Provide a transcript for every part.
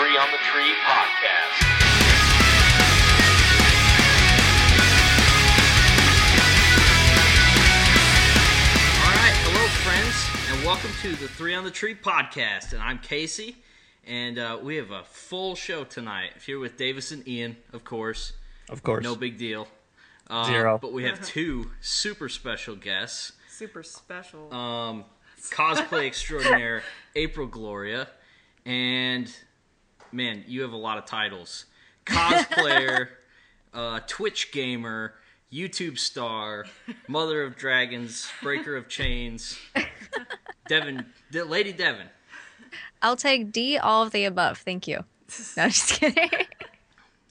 Free Podcast. All right, hello, friends, and welcome to the Three on the Tree podcast. And I'm Casey, and uh, we have a full show tonight. Here with Davis and Ian, of course. Of course. No big deal. Uh, Zero. But we have two super special guests super special. Um, cosplay extraordinaire April Gloria, and man, you have a lot of titles cosplayer, uh, Twitch gamer, YouTube star, mother of dragons, breaker of chains, Devin, De- Lady Devin. I'll take D, all of the above. Thank you. No, I'm just kidding.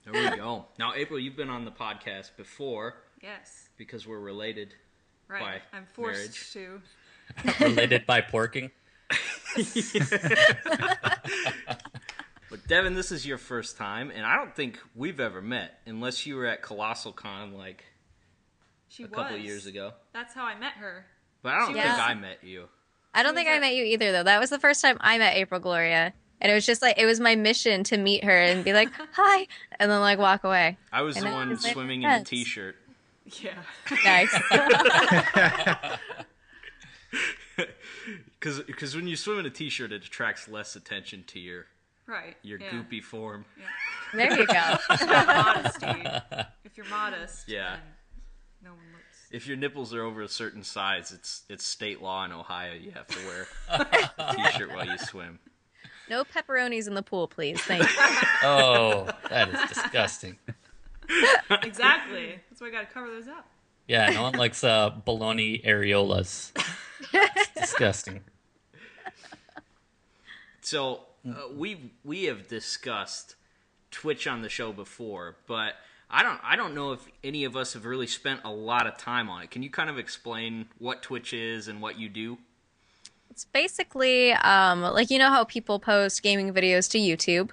There we go. Now, April, you've been on the podcast before yes, because we're related. right. By I'm marriage. forced to. Related by porking. But Devin, this is your first time, and I don't think we've ever met unless you were at Colossal Con like She a was couple years ago. That's how I met her. But I don't She think was- I met you. I don't think I met you either, though. That was the first time I met April Gloria. And it was just like, it was my mission to meet her and be like, hi, and then like walk away. I was the And I one was like, swimming in the "Yes." t-shirt. Yeah. Nice. Because when you swim in a t-shirt, it attracts less attention to your Right. your yeah. goopy form. there you go. Modesty. if you're modest, Yeah. then no one looks. If your nipples are over a certain size, it's it's state law in Ohio. You have to wear a t-shirt while you swim. No pepperonis in the pool, please. Thank you. Oh, that is disgusting. Exactly. That's why I got to cover those up. Yeah, no one likes uh, bologna areolas. It's disgusting. So uh, Mm-hmm. we we have discussed Twitch on the show before, but I don't I don't know if any of us have really spent a lot of time on it. Can you kind of explain what Twitch is and what you do? It's basically um, like, you know how people post gaming videos to YouTube?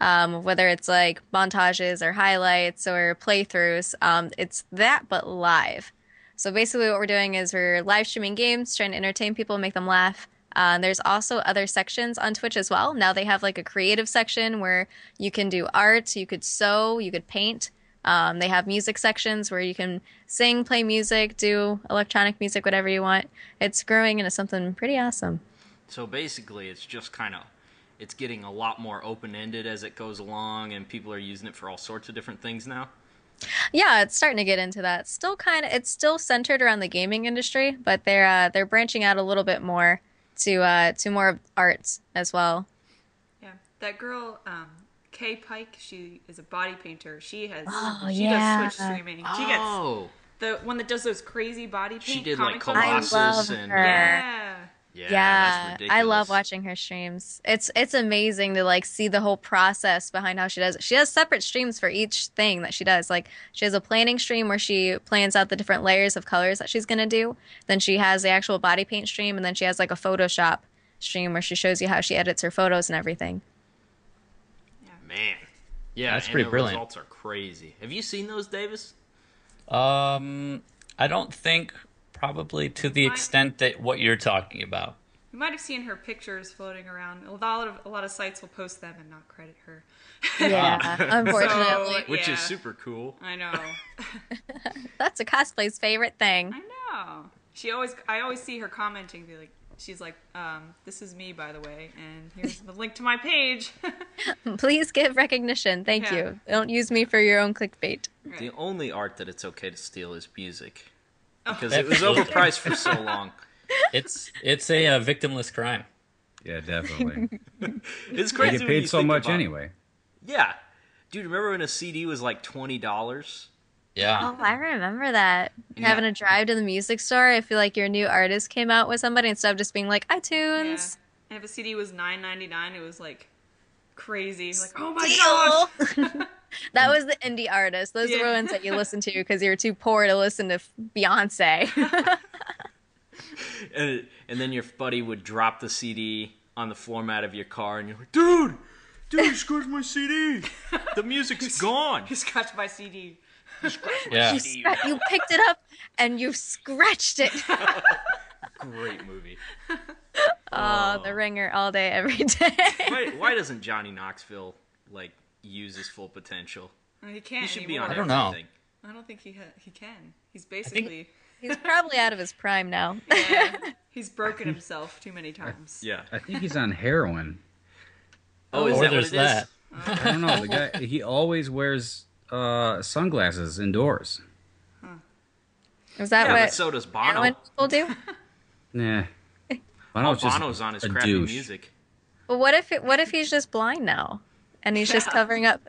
Um, whether it's like montages or highlights or playthroughs, um, it's that but live. So basically, what we're doing is we're live streaming games, trying to entertain people, make them laugh. Uh, there's also other sections on Twitch as well. Now they have like a creative section where you can do art, you could sew, you could paint. Um, they have music sections where you can sing, play music, do electronic music, whatever you want. It's growing into something pretty awesome. So basically, it's just kind of it's getting a lot more open ended as it goes along, and people are using it for all sorts of different things now. Yeah, it's starting to get into that. Still kind of, it's still centered around the gaming industry, but they're uh, they're branching out a little bit more to uh, to more of arts as well. Yeah. That girl, um, Kay Pike, she is a body painter. She has. Oh, she yeah. does Twitch streaming. She gets oh, the one that does those crazy body paint. she did like comic books. Colossus I love and her. Yeah. yeah, that's Yeah, ridiculous. I love watching her streams. It's it's amazing to like see the whole process behind how she does. It. She has separate streams for each thing that she does. Like she has a planning stream where she plans out the different layers of colors that she's gonna do. Then she has the actual body paint stream, and then she has like a Photoshop stream where she shows you how she edits her photos and everything. man. Yeah, That's and pretty the brilliant. Results are crazy. Have you seen those, Davis? Um, I don't think probably to the extent that what you're talking about. You might have seen her pictures floating around. A lot of a lot of sites will post them and not credit her. Yeah, unfortunately, So- Which Yeah. is super cool. I know. that's a cosplay's favorite thing. I know. She always I always see her commenting be like she's like um this is me by the way and here's the link to my page. Please give recognition. Thank Yeah. you. Don't use me for your own clickbait. The only art that it's okay to steal is music, because Oh. it was Absolutely. overpriced for so long. It's it's a uh, victimless crime. Yeah, definitely. It's crazy. they get when you paid so think much about it. anyway. Yeah, dude. Remember when a CD was like twenty dollars? Yeah. Oh, I remember that. Having a drive to the music store, I feel like your new artist came out with somebody instead of just being like Yeah. iTunes. And if a CD was 9.99 it was like crazy. Like oh my gosh. Deal. that was the indie artist. Those Yeah. are the ones that you listen to because you were too poor to listen to Beyonce. and, and then your buddy would drop the CD on the floor mat of your car, and you're like, dude, dude, he scratched my CD. The music's gone. You scratched my CD. Yeah. Oh, you, scra- you picked it up and you scratched it. Great movie. Oh, the ringer all day, every day. Why, why doesn't Johnny Knoxville like use his full potential. He can't. He should be anymore. on I don't know. everything. I don't think he ha- he can. He's basically He's probably out of his prime now. yeah, he's broken himself too many times. Yeah. I think he's on heroin. Oh, is or that what it there's is? that. I don't know. The guy he always wears uh, sunglasses indoors. Is that Yeah, but what so does Bono. heroin people do? Nah. Oh, Bono's, just Bono's on his a crappy douche. music. Well, what if it, what if he's just blind now, and he's just covering up?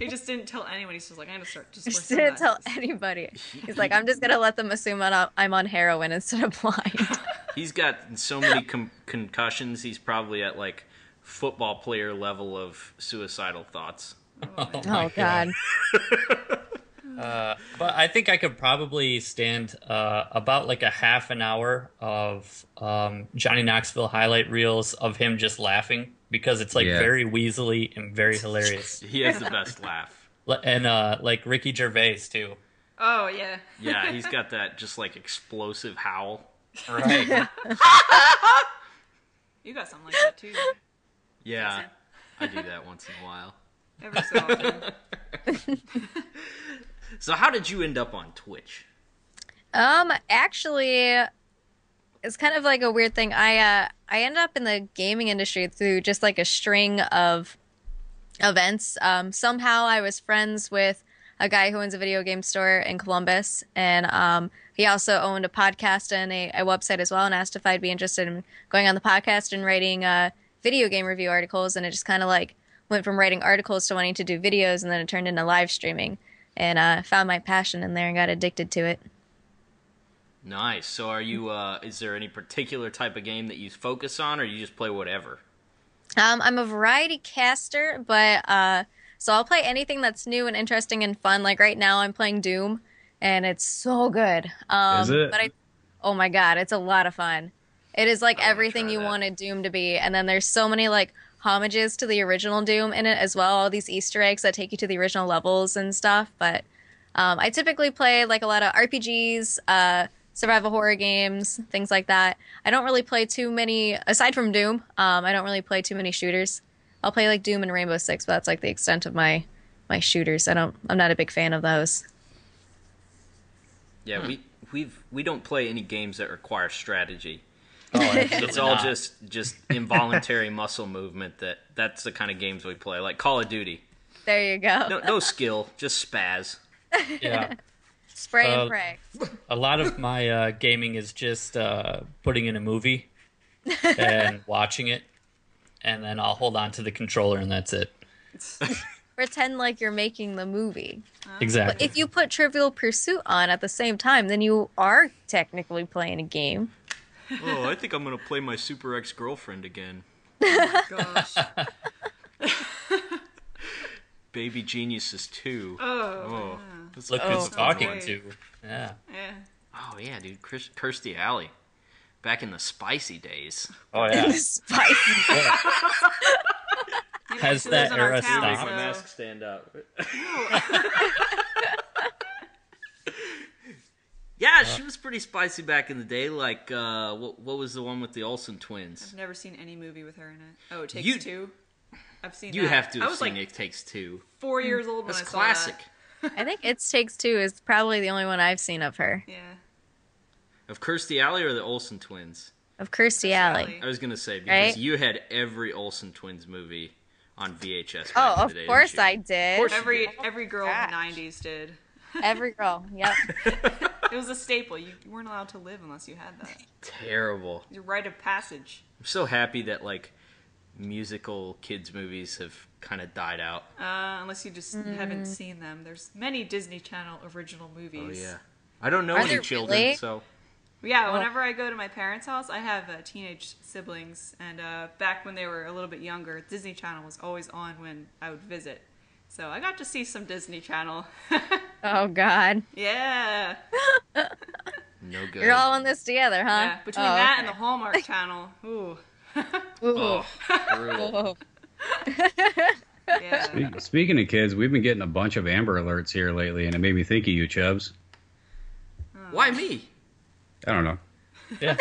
He just didn't tell anyone. He's just like, I'm gonna start just. just wearing didn't tell sunglasses." anybody. He's like, I'm just gonna let them assume I'm on- I'm on heroin instead of blind. He's got so many com- concussions. He's probably at like football player level of suicidal thoughts. Oh, my Oh God. But I think I could probably stand uh, about like a half an hour of um, Johnny Knoxville highlight reels of him just laughing because it's like Yeah. very weaselly and very hilarious. He has the best laugh. L- and uh, like Ricky Gervais too. Oh yeah. Yeah, he's got that just like explosive howl. Right. You got something like that too. Yeah, I do that once in a while. Every so often. So, how did you end up on Twitch? Um, actually, it's kind of like a weird thing. I uh, I ended up in the gaming industry through just like a string of events. Um, somehow I was friends with a guy who owns a video game store in Columbus, and um, he also owned a podcast and a, a website as well. And asked if I'd be interested in going on the podcast and writing uh, video game review articles. And it just kind of like went from writing articles to wanting to do videos, and then it turned into live streaming. And uh, found my passion in there and got addicted to it. Nice. So, are you? Uh, is there any particular type of game that you focus on, or you just play whatever? Um, I'm a variety caster, but uh, so I'll play anything that's new and interesting and fun. Like right now, I'm playing Doom, and it's so good. Um, Is it? But I, oh my god, it's a lot of fun. It is like I wanna everything try you that. wanted Doom to be, and then there's so many like homages to the original Doom in it as well. All these Easter eggs that take you to the original levels and stuff. But um, I typically play like a lot of RPGs, uh, survival horror games, things like that. I don't really play too many, aside from Doom, um, I don't really play too many shooters. I'll play like Doom and Rainbow Six, but that's like the extent of my my shooters. I don't, I'm not a big fan of those. Hmm. Yeah, we we've we don't play any games that require strategy. Oh, absolutely It's all not. just just involuntary muscle movement. That that's the kind of games we play, like Call of Duty. There you go. No, no skill, just spaz. yeah. Spray Uh, and pray. A lot of my uh, gaming is just uh, putting in a movie and watching it, and then I'll hold on to the controller, and that's it. Pretend like you're making the movie. Exactly. If you put Trivial Pursuit on at the same time, then you are technically playing a game. Oh, I think I'm gonna play my super ex girlfriend again. Gosh. Baby Geniuses 2. Oh. Oh, that's Look a good who's one. talking Right. to. Yeah. Yeah. Oh yeah, dude, Chris, Kirstie Alley, back in the spicy days. Oh yeah. Spicy. You know, Has she lives that in our era town, stopped? so- Make stand up. yeah, she was pretty spicy back in the day. Like, uh, what, what was the one with the Olsen twins? I've never seen any movie with her in it. Oh, it takes You- two. I've seen. You that. have to I have was seen like It Takes Two. four years old when That's I saw classic. I think It Takes Two is probably the only one I've seen of her, that. Yeah. Of Kirstie Alley or the Olsen twins? of Kirstie Alley. Alley. I was gonna say because Right? you had every Olsen twins movie on VHS. Back Oh, in of the day, didn't course you? I did. course you Every did. every girl gosh. in the '90s did. Every girl. Yep. It was a staple. You, you weren't allowed to live unless you had that. Terrible. Your rite of passage. I'm so happy that like musical kids movies have kind of died out. Uh, unless you just Mm. haven't seen them. There's many Disney Channel original Oh movies. yeah. I don't know Are any there children, really? so Yeah, whenever I go to my parents' house, I have uh, teenage siblings, and uh, back when they were a little bit younger, Disney Channel was always on when I would visit. So I got to see some Disney Channel. Oh God. yeah. no good. You're all in this together, huh? yeah. Between Oh, that and the okay. Hallmark Channel, ooh, Ooh. Oh, brutal. Whoa. yeah. Speak- Speaking of kids, we've been getting a bunch of Amber Alerts here lately, and it made me think of you, Chubbs. Why me? I don't know. Yeah.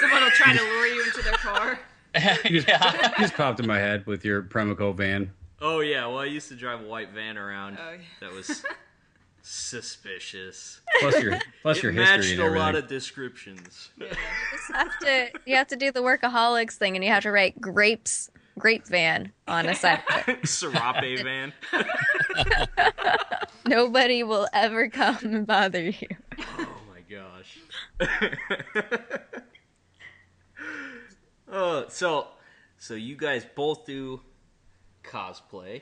Someone will try to lure you into their car. It just popped in my head with your Premico van. Oh yeah, well I used to drive a white van around. Oh, yeah. That was suspicious. Plus your plus your it history matched and a everything. lot of descriptions. You have to you have to do the workaholics thing, and you have to write grapes grape van on a side. of it. Serape van. Nobody will ever come and bother you. Oh my gosh. oh, so so you guys both do cosplay,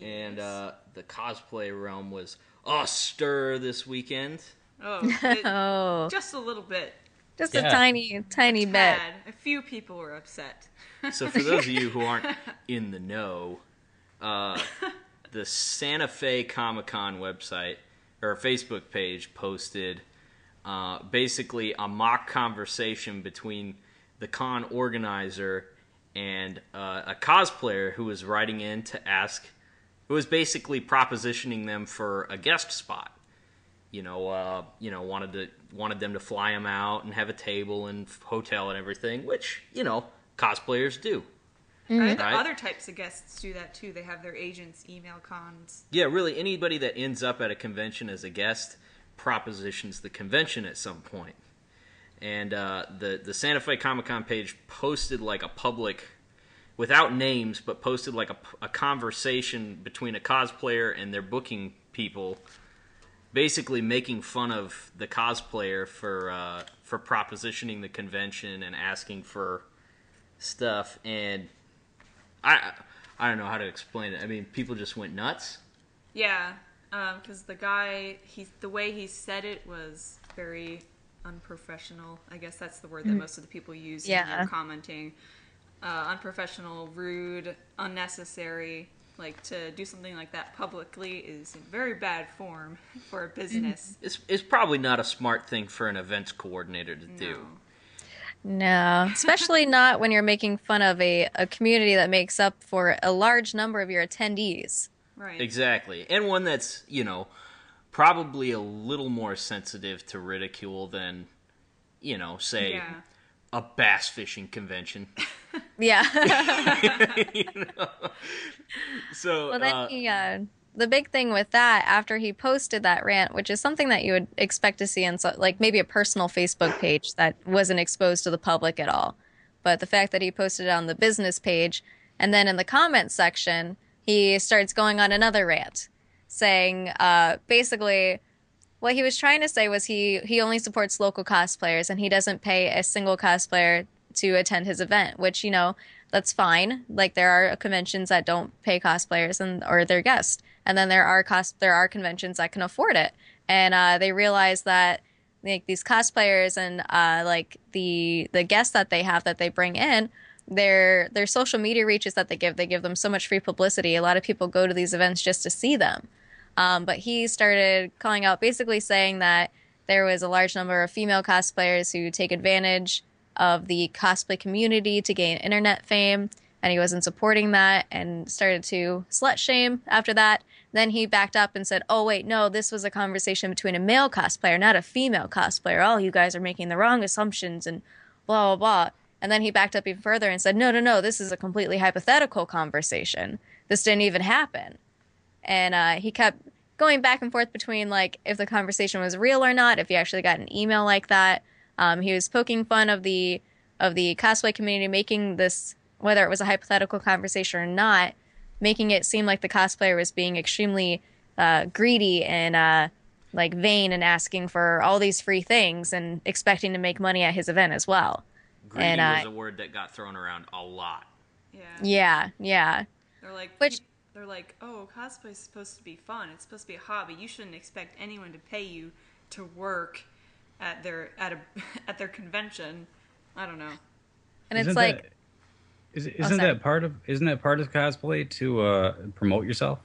and Yes. uh, the cosplay realm was a stir this weekend. oh, it- Oh, just a little bit. just a Yeah. tiny tiny bit. Bad. A few people were upset. So for those of you who aren't in the know, uh, the Santa Fe Comic Con website or Facebook page posted uh, basically a mock conversation between the con organizer and uh, a cosplayer who was writing in to ask, who was basically propositioning them for a guest spot. You know, uh, you know, wanted to wanted them to fly them out and have a table and f- hotel and everything, which you know cosplayers do. Mm-hmm. Right? The Right. Other types of guests do that too. They have their agents email cons. Yeah, really, anybody that ends up at a convention as a guest propositions the convention at some point. And uh, the the Santa Fe Comic Con page posted like a public, without names, but posted like a, a conversation between a cosplayer and their booking people, basically making fun of the cosplayer for uh, for propositioning the convention and asking for stuff. And I I don't know how to explain it. I mean, people just went nuts. Yeah, because the guy, he, the way he said it was very unprofessional. I guess that's the word that most of the people use when Yeah. they're commenting. Uh, unprofessional, rude, unnecessary. Like to do something like that publicly is in very bad form for a business. It's, it's probably not a smart thing for an events coordinator to do. No. No, especially not when you're making fun of a, a community that makes up for a large number of your attendees. Right. Exactly. And one that's, you know, probably a little more sensitive to ridicule than, you know, say Yeah. a bass fishing convention. Yeah. you know? So, well, then uh, he, uh, the big thing with that, after he posted that rant, which is something that you would expect to see in so, like maybe a personal Facebook page that wasn't exposed to the public at all, but the fact that he posted it on the business page, and then in the comment section, he starts going on another rant, saying uh, basically. What he was trying to say was he he only supports local cosplayers and he doesn't pay a single cosplayer to attend his event, which you know that's fine. Like there are conventions that don't pay cosplayers and or their guests, and then there are cos there are conventions that can afford it, and uh, they realize that like these cosplayers and uh, like the the guests that they have that they bring in their their social media reaches that they give they give them so much free publicity a lot of people go to these events just to see them um, but he started calling out basically saying that there was a large number of female cosplayers who take advantage of the cosplay community to gain internet fame and he wasn't supporting that and started to slut shame after that then he backed up and said oh wait no this was a conversation between a male cosplayer not a female cosplayer oh you guys are making the wrong assumptions and blah blah blah. And then he backed up even further and said, "No, no, no, this is a completely hypothetical conversation. This didn't even happen." And uh, he kept going back and forth between like if the conversation was real or not, if he actually got an email like that. Um, he was poking fun of the of the cosplay community making this whether it was a hypothetical conversation or not, making it seem like the cosplayer was being extremely uh, greedy and uh, like vain and asking for all these free things and expecting to make money at his event as well. greedy and was I- a word that got thrown around a lot. Yeah. Yeah, yeah. They're like Which- peop- they're like, "Oh, cosplay is supposed to be fun. It's supposed to be a hobby. You shouldn't expect anyone to pay you to work at their at a at their convention." I don't know. And it's Isn't like Oh, that, is, isn't sorry. that part of isn't that part of cosplay to uh, promote yourself?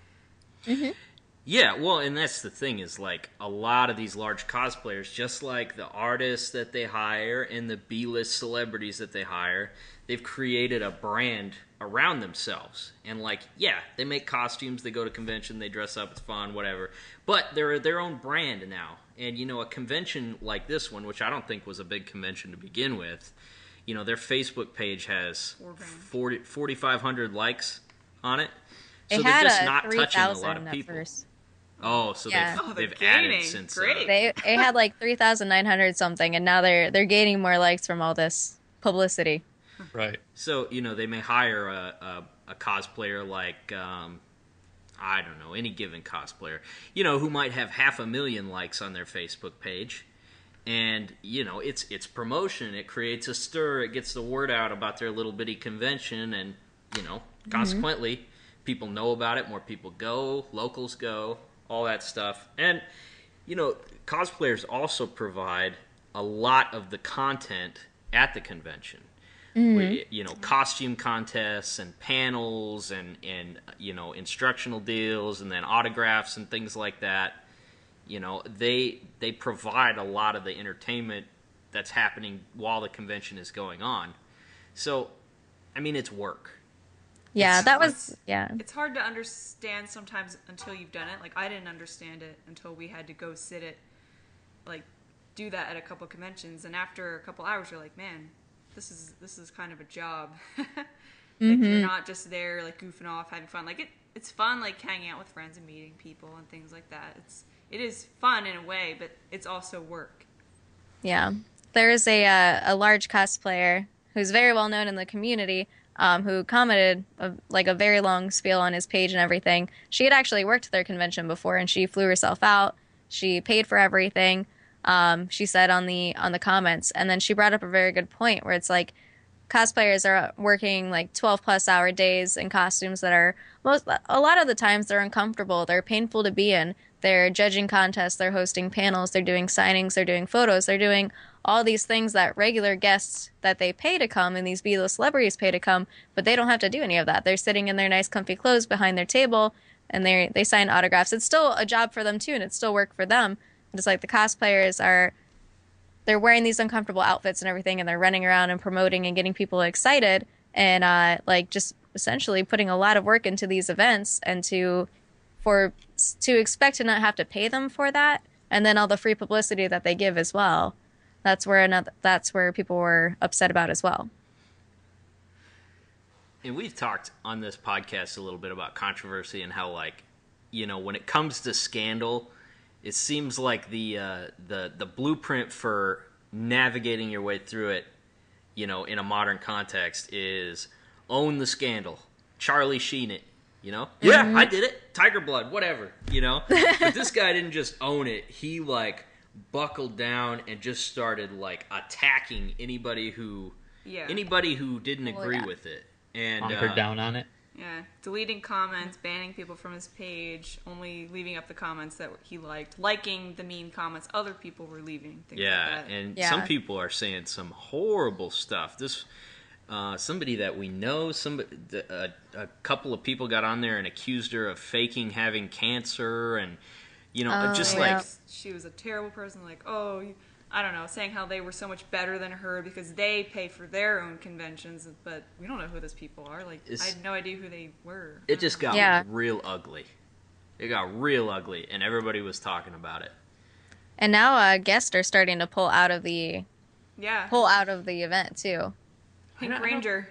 Yeah, well, and that's the thing is like a lot of these large cosplayers, just like the artists that they hire and the B list celebrities that they hire, they've created a brand around themselves. And like, yeah, they make costumes, they go to convention, they dress up, it's fun, whatever. But they're their own brand now. And you know, a convention like this one, which I don't think was a big convention to begin with, you know, their Facebook page has Four grand. 40 4,500 likes on it. It So they're had just a not touching a three lot thousand of at people. first. Oh, so Yeah. they've, Oh, they're they've added gaining. since. Great. Uh, They it had like three thousand nine hundred something, and now they're they're gaining more likes from all this publicity. Right. so you know they may hire a a, a cosplayer like. Um, I don't know, any given cosplayer, you know, who might have half a million likes on their Facebook page. And, you know, it's it's promotion, it creates a stir, it gets the word out about their little bitty convention and, you know, consequently, people know about it, more people go, locals go, all that stuff. And you know, cosplayers also provide a lot of the content at the convention. We- you know, costume contests and panels and and you know instructional deals and then autographs and things like that. You know, they they provide a lot of the entertainment that's happening while the convention is going on. So, I mean, it's work. Yeah, It's- that was yeah. It's hard to understand sometimes until you've done it. Like I didn't understand it until we had to go sit it, like do that at a couple conventions, and after a couple hours, you're like, man, this is this is kind of a job. like you're not just there like goofing off, having fun. Like it, it's fun like hanging out with friends and meeting people and things like that. It's it is fun in a way, but it's also work. Yeah. There is a uh, a large cosplayer who's very well known in the community um, who commented a, like a very long spiel on his page and everything. She had actually worked at their convention before and she flew herself out. She paid for everything. Um, she said on the on the comments and then she brought up a very good point where it's like cosplayers are working like 12 plus hour days in costumes that are most a lot of the times they're uncomfortable they're painful to be in they're judging contests they're hosting panels they're doing signings they're doing photos they're doing all these things that regular guests that they pay to come and these b-list celebrities pay to come but they don't have to do any of that they're sitting in their nice comfy clothes behind their table and they they sign autographs it's still a job for them too and it's still work for them but it's like the cosplayers are they're wearing these uncomfortable outfits and everything and they're running around and promoting and getting people excited and uh, like just essentially putting a lot of work into these events and to for to expect to not have to pay them for that and then all the free publicity that they give as well that's where another that's where people were upset about as well And we've talked on this podcast a little bit about controversy and how, like, you know, when it comes to scandal, it seems like the uh, the the blueprint for navigating your way through it, you know, in a modern context is own the scandal, Charlie Sheen it, you know. Yeah, I did it. Tiger blood, whatever, you know. but this guy didn't just own it. He like buckled down and just started like attacking anybody who Yeah. anybody who didn't agree yeah. with it. And Hunkered uh, down on it. Yeah, deleting comments, banning people from his page, only leaving up the comments that he liked, liking the mean comments other people were leaving. Things Yeah, like that. and Yeah. some people are saying some horrible stuff. This uh, somebody that we know, somebody, a, a couple of people got on there and accused her of faking having cancer, and you know, Oh, just yeah. like she was a terrible person. Like, oh, you- I don't know, saying how they were so much better than her because they pay for their own conventions, but we don't know who those people are. Like, It's- I had no idea who they were. Uh-huh. it just got Yeah. real ugly. It got real ugly, and everybody was talking about it. and now uh, guests are starting to pull out of the yeah, pull out of the event too Pink I don't- Ranger.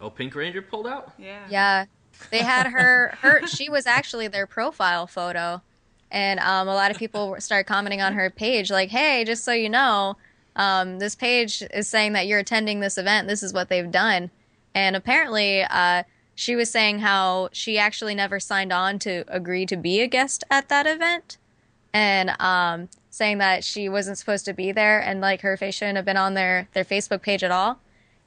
Oh, Pink Ranger pulled out. Yeah. Yeah. They had her her she was actually their profile photo and um, a lot of people started commenting on her page like, "Hey, just so you know, um, this page is saying that you're attending this event. This is what they've done." And apparently, uh, she was saying how she actually never signed on to agree to be a guest at that event and um, saying that she wasn't supposed to be there and like her face shouldn't have been on their their Facebook page at all.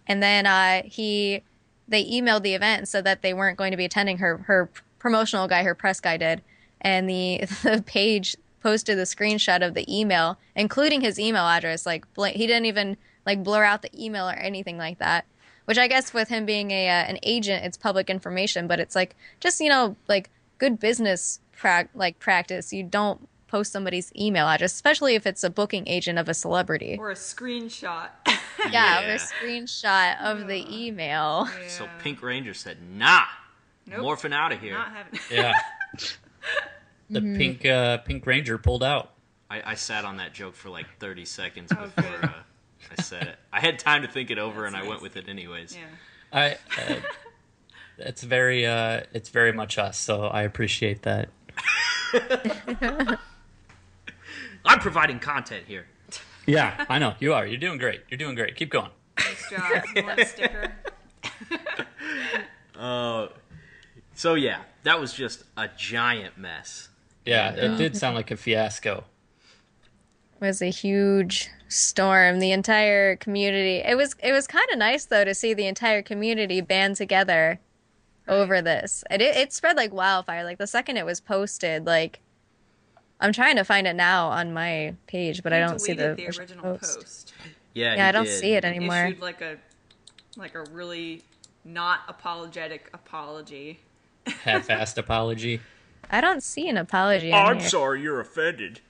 And then uh, he they emailed the event and said that they weren't going to be attending. Her her promotional guy, her press guy, did, and the the page posted the screenshot of the email, including his email address. Like bl- he didn't even like blur out the email or anything like that. Which I guess with him being a uh, an agent, it's public information, but it's like just you know like good business prac like practice. You don't post somebody's email address, especially if it's a booking agent of a celebrity. Or a screenshot. yeah, Yeah. or a screenshot of the email. So Yeah. Pink Ranger said, "Nah, Nope. morphing out of here." Not having. Yeah. the Mm-hmm. pink uh, pink ranger pulled out. I, I sat on that joke for like 30 seconds Oh, before good. uh, I said it. I had time to think it over, That's and I went nice. with it anyways. yeah. I uh, it's very uh it's very much us so i appreciate that I'm providing content here. yeah i know you are you're doing great you're doing great keep going Nice job. You want a sticker? So yeah, that was just a giant mess. yeah it did sound like a fiasco was a huge storm the entire community it was it was kind of nice though to see the entire community band together over this and it, it spread like wildfire like the second it was posted like i'm trying to find it now on my page but i don't see the, Deleted the original post. Yeah, yeah he i don't did. see it anymore Issued like a like a really not apologetic apology. half-assed apology i don't see an apology on I'm here. sorry you're offended.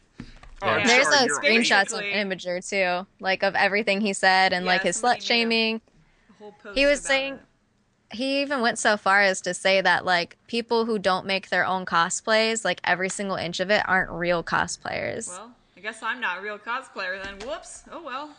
Yeah. Oh, I'm there's sorry like you're screenshots on basically- imager too like of everything he said and Yeah, like his somebody made slut a- shaming The whole post He was about saying- it. he even went so far as to say that like people who don't make their own cosplays like every single inch of it aren't real cosplayers Well, I guess I'm not a real cosplayer then. Whoops. Oh well.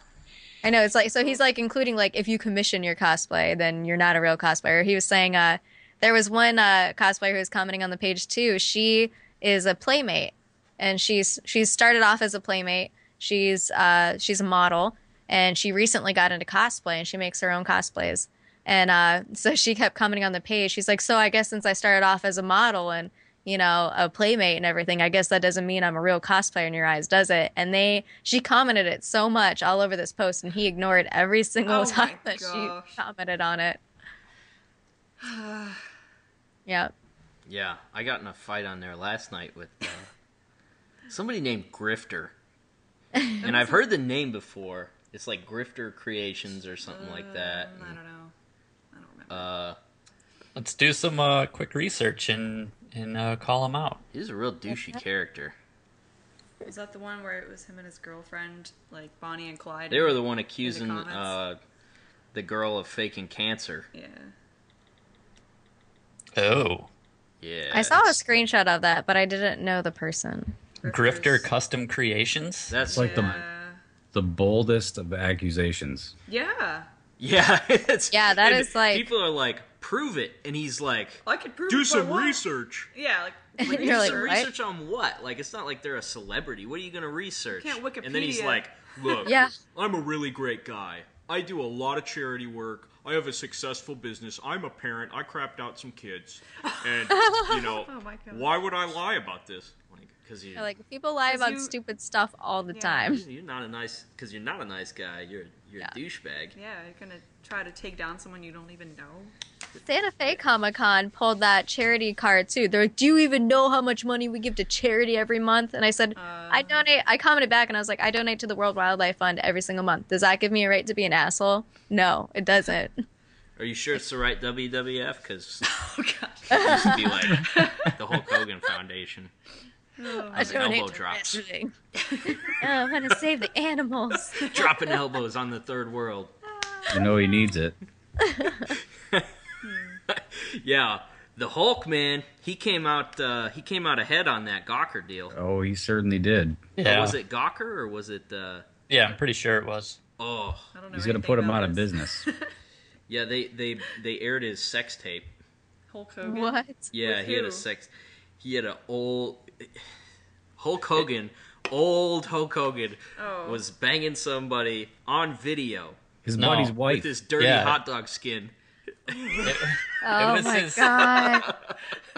i know it's like so he's like including like if you commission your cosplay then you're not a real cosplayer he was saying uh there was one uh cosplayer who was commenting on the page too she is a playmate and she's she's started off as a playmate she's uh she's a model and she recently got into cosplay and she makes her own cosplays And uh, so she kept commenting on the page. She's like, So I guess since I started off as a model and, you know, a playmate and everything, I guess that doesn't mean I'm a real cosplayer in your eyes, does it? And they, she commented it so much all over this post and he ignored every single Oh my time that gosh. she commented on it. yeah. Yeah, I got in a fight on there last night with uh, somebody named Grifter. And I've heard the name before. It's like Grifter Creations or something like that. Mm, I don't know. I don't remember. Uh, let's do some uh quick research and and uh call him out he's a real douchey character. was that the one where it was him and his girlfriend, like Bonnie and Clyde? They were the one accusing comments. uh, the girl of faking cancer. Yeah. oh Yeah, I saw a that's- screenshot of that, but I didn't know the person. grifter Grifters. custom creations That's Like the- Yeah. The boldest of accusations. Yeah. yeah, it's, Yeah, that and is like- people are like, prove it, and he's like, I could prove it do by some what? research. Yeah, like You're like, some what? research on what? Like, it's not like they're a celebrity. What are you going to research? You can't And then he's Wikipedia. like, look, Yeah. I'm a really great guy. I do a lot of charity work. I have a successful business. I'm a parent. I crapped out some kids. And, you know, Oh my God. why would I lie about this? Like, because you, They're Like people lie about you- stupid stuff all the Yeah. time. you're not a nice, because you're not a nice guy. You're, you're Yeah. a douchebag. yeah, you're gonna try to take down someone you don't even know. Santa Fe Comic Con pulled that charity card too. They're like, "Do you even know how much money we give to charity every month?" And I said, "I donate." I commented back and I was like, "I donate to the World Wildlife Fund every single month. Does that give me a right to be an asshole?" No, it doesn't. Are you sure it's the right WWF? Because Oh god. it used to be like the Hulk Hogan Foundation. Oh, I Like elbow donate to drops. everything. oh, I'm gonna save the animals. Dropping elbows on the third world. You know he needs it. Yeah, the Hulk man, he came out. Uh, he came out ahead on that Gawker deal. Oh, he certainly did. But yeah Was it Gawker or was it? Uh, yeah i'm pretty sure it was oh, I don't know. He's gonna anything put him about out of this. business. yeah. They they they aired his sex tape. Hulk Hogan. what? Yeah, With he had a who? sex. He had a old Hulk Hogan. Old Hulk Hogan Oh. was banging somebody on video His No, buddy's with with wife. his dirty Yeah. hot dog skin. Oh was my his- god!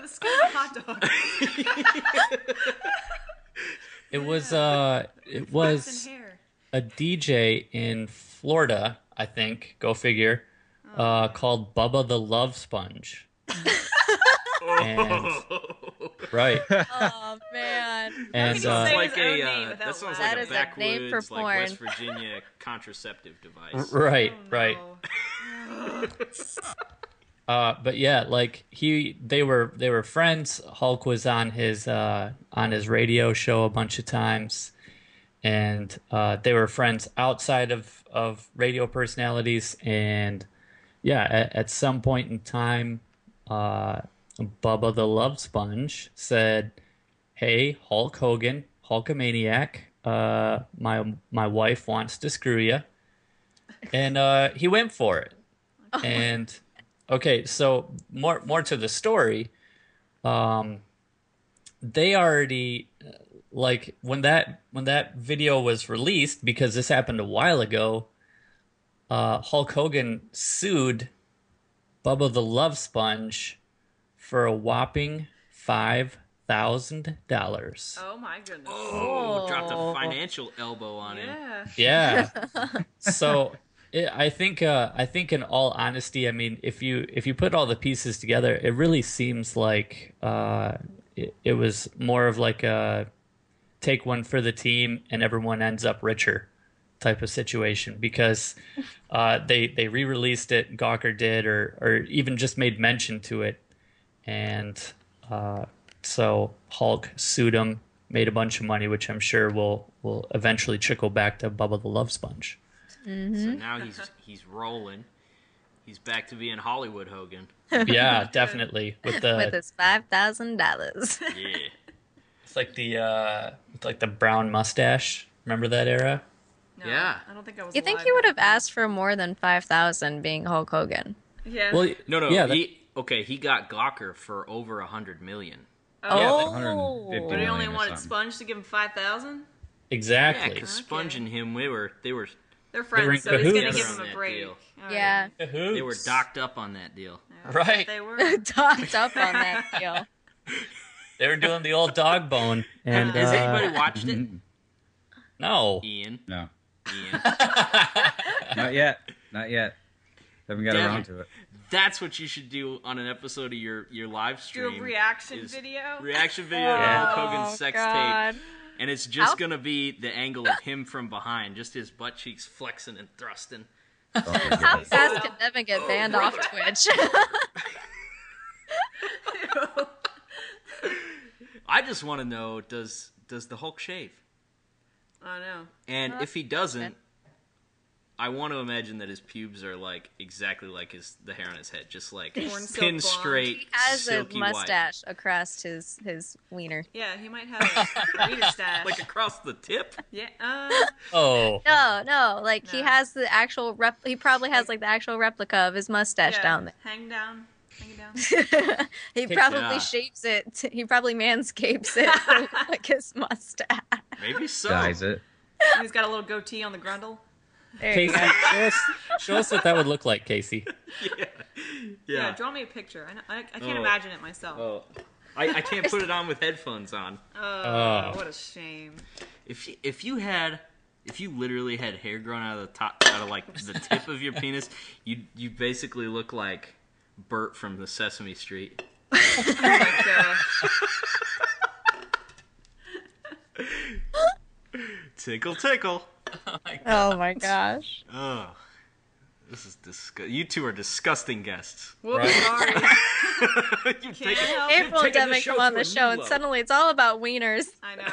This guy's a hot dog. it was uh it was and hair. a DJ in Florida, I think, go figure, uh, called Bubba the Love Sponge. And- right. Oh man! And you uh, say like his own a, name uh, without that sounds like lying. That a is a backwoods, name for like West porn. Virginia contraceptive r- device. right, Oh, right. no. Uh, but yeah, like he, they were, they were friends. Hulk was on his, uh, on his radio show a bunch of times, and uh, they were friends outside of of radio personalities. And yeah, at, at some point in time, uh, Bubba the Love Sponge said, "Hey, Hulk Hogan, Hulkamaniac, uh, my my wife wants to screw you," and uh, he went for it, and Okay, so more more to the story, um, they already uh, like when that when that video was released because this happened a while ago. Uh, Hulk Hogan sued Bubba the Love Sponge for a whopping five thousand dollars. Oh my goodness. Oh, dropped Oh. a financial elbow on him. Yeah. Yeah. so it, I think uh, I think in all honesty, I mean, if you if you put all the pieces together, it really seems like uh, it, it was more of like a take one for the team, and everyone ends up richer type of situation because uh, they they re-released it, Gawker did, or or even just made mention to it, and uh, so Hulk sued him, made a bunch of money, which I'm sure will will eventually trickle back to Bubba the Love Sponge. Mm-hmm. So now he's he's rolling. He's back to being Hollywood Hogan. yeah, definitely. With the with his five thousand dollars. Yeah. it's like the uh it's like the brown mustache. Remember that era? No, Yeah. I don't think I was. you think alive he would then. have asked for more than five thousand being Hulk Hogan? Yeah. Well, No, no. yeah, he, okay, he got Gawker for over a hundred million. oh, Oh. 150 But but he only million or wanted something. Sponge to give him five that- thousand. Yeah, exactly. because Sponge and him, we were they were They're were friends, in so he's gonna cahoots. give On him a that break. deal. All Yeah, they were docked up on that deal. right. Right. They were. docked up on that deal. They were doing the old dog bone. And Has uh, anybody watched it? no, Ian, No, Ian, not yet. Not yet. Haven't got Damn. around to it. that's what you should do on an episode of your your live Do stream. a reaction is- video. Oh, Reaction video of Yeah. Hulk Oh, Hogan's sex tape, and it's just gonna be the angle of him from behind, just his butt cheeks flexing and thrusting. How fast could Devin get banned off Twitch? I just want to know does does the Hulk shave? I know. And if he doesn't, I want to imagine that his pubes are like exactly like his the hair on his head, just like Corn silk pin blonde. straight, he has a silky white, mustache across his his wiener. Yeah, he might have a reader stash. like across the tip. yeah. Uh, oh, No, no, like he No. has the actual rep. He probably has like the actual replica of his mustache uh, yeah. down Hang down. Hang down. there. he probably Yeah. shapes it. He probably manscapes it to like his mustache. Maybe so. Dies it. And he's got a little goatee on the grundle. There you Casey, go. show us, show us what that would look like, Casey. Yeah. Yeah. yeah. draw me a picture. I, know, I, I can't Oh. imagine it myself. Oh, Oh, I, I can't put it on with headphones on. Oh. what a shame. If you, if you had if you literally had hair growing out of the top out of like the tip of your penis, you you basically look like Bert from the Sesame Street. Oh my gosh. Tickle tickle. Oh my gosh. Oh, this is disgusting. You two are disgusting guests. We'll be Right. sorry. you Can't help it. April taking the Devin show come on to a the show, new and level. suddenly it's all about wieners. I know.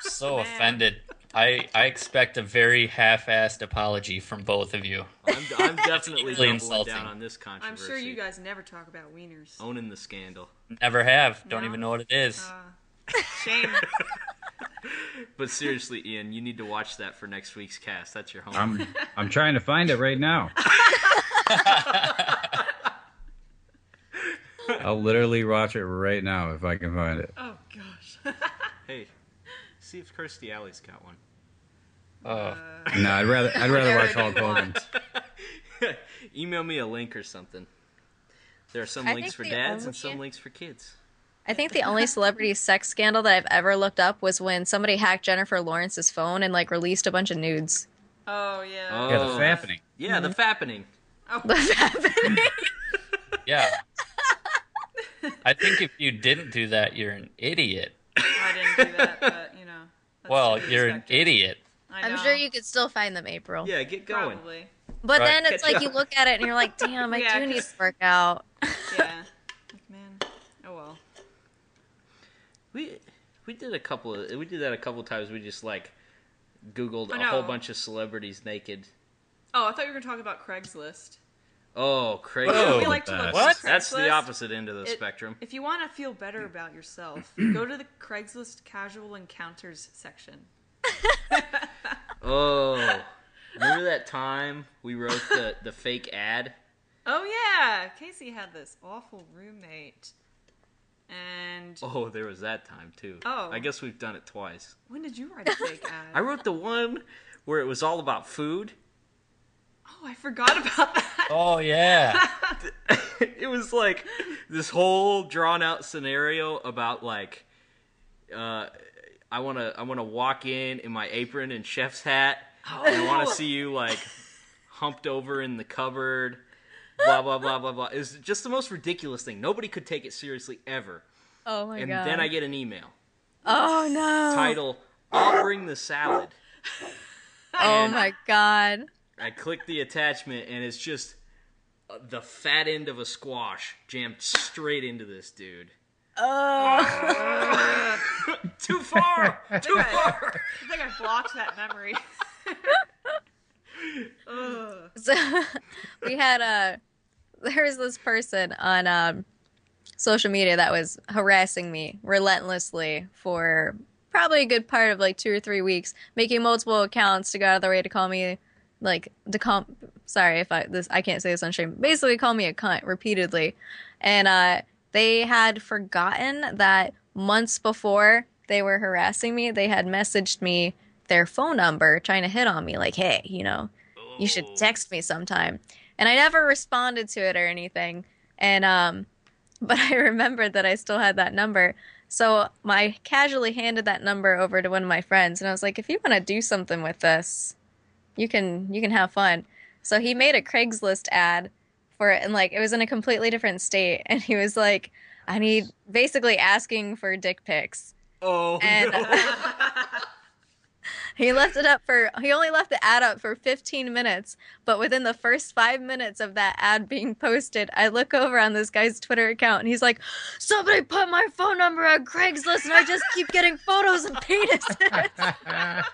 So Man. offended. I I expect a very half-assed apology from both of you. I'm, I'm definitely Really doubling insulting. down on this I'm controversy. Oh. sure you guys never talk about wieners. owning the scandal. Never have. Don't No. even know what it is. Uh, Shame. But seriously, Ian, you need to watch that for next week's cast. That's your homework. I'm I'm trying to find it right now. I'll literally watch it right now if I can find it. Oh gosh. Hey, see if Kirstie Alley's got one. Oh. No, I'd rather I'd rather watch Jared, Hulk Hogan. Email me a link or something. There are some I links think for the dads and only- some links for kids. I think the only celebrity sex scandal that I've ever looked up was when somebody hacked Jennifer Lawrence's phone and like released a bunch of nudes. Oh yeah. Yeah, the Oh. fappening. Yeah, Mm-hmm. the fappening. Yeah. I think if you didn't do that, you're an idiot. I didn't do that, but you know. that's Well, to be you're an expected. idiot. I I'm know. sure you could still find them, April. Yeah, get going. probably. But Right. then it's Catch like you up. look at it and you're like, damn, I Yeah, do need 'cause- to work out. Yeah. Like, man. Oh well. We we did a couple of we did that a couple times. We just like Googled Oh, a no. whole bunch of celebrities naked. Oh, I thought you were gonna talk about Craigslist. Oh, crazy! Whoa. we like to look What? at That's the Craigslist. opposite end of the It- spectrum. If you want to feel better Mm. about yourself, go to the Craigslist casual encounters section. Oh, remember that time we wrote the the fake ad Oh yeah, Casey had this awful roommate. And Oh, there was that time too. Oh. I guess we've done it twice. when did you write a fake ad? I wrote the one where it was all about food. oh, I forgot about that. Oh yeah. it was like this whole drawn out scenario about like uh I want to I want to walk in in my apron and chef's hat. And I want to see you like humped over in the cupboard. Blah blah blah blah blah. It's just the most ridiculous thing. Nobody could take it seriously ever. Oh my And god. then I get an email oh no. title I'll bring the salad. oh and- my god. I click the attachment and it's just uh, the fat end of a squash jammed straight into this dude. Oh. Too far. Too Right. far. I think I blocked that memory. Ugh. So we had a there was this person on um, social media that was harassing me relentlessly for probably a good part of like two or three weeks, making multiple accounts to go out of their way to call me like to call. Sorry if I this I can't say this on stream. Basically, call me a cunt repeatedly, and uh, they had forgotten that months before they were harassing me, they had messaged me their phone number trying to hit on me like, hey, you know, you should text me sometime. And I never responded to it or anything. And um but I remembered that I still had that number. So I casually handed that number over to one of my friends and I was like, if you want to do something with this, you can you can have fun. So he made a Craigslist ad for it and like it was in a completely different state and he was like, I need basically asking for dick pics. Oh. And no. He left it up for he only left the ad up for 15 minutes, but within the first 5 minutes of that ad being posted, I look over on this guy's Twitter account and he's like, "Somebody put my phone number on Craigslist and I just keep getting photos of penises."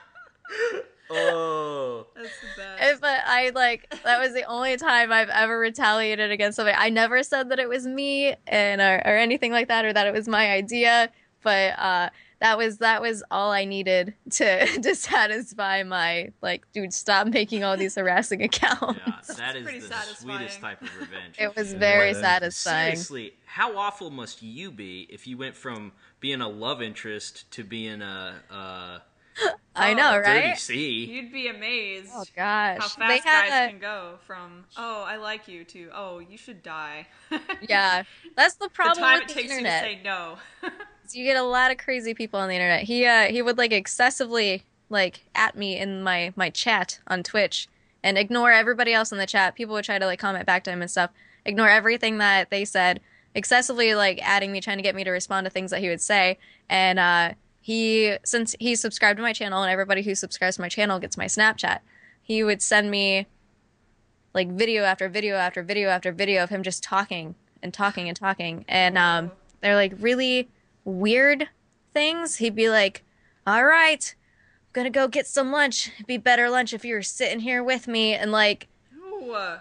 Oh. That's the best. And- but I like that was the only time I've ever retaliated against somebody. I never said that it was me and or, or anything like that or that it was my idea, but uh that was that was all I needed to to satisfy my like dude stop making all these harassing accounts. Yeah, that is pretty the satisfying. sweetest type of revenge. It was very that is- satisfying. Seriously, how awful must you be if you went from being a love interest to being a, I know, Oh, a dirty right? C? You'd be amazed Oh how gosh. They fast guys had a, can go from "Oh, I like you" to "Oh, you should die." yeah. That's the the problem time with it the takes internet. you to say no. you get a lot of crazy people on the internet. He uh, he would like excessively like at me in my my chat on Twitch and ignore everybody else in the chat. People would try to like comment back to him and stuff. Ignore everything that they said. Excessively like adding me, trying to get me to respond to things that he would say. And uh, he since he subscribed to my channel and everybody who subscribes to my channel gets my Snapchat. He would send me like video after video after video after video of him just talking and talking and talking. And um, they're like really weird things. He'd be like, all right, I'm going to go get some lunch. It'd be better lunch if you were sitting here with me. And like, Ooh, uh,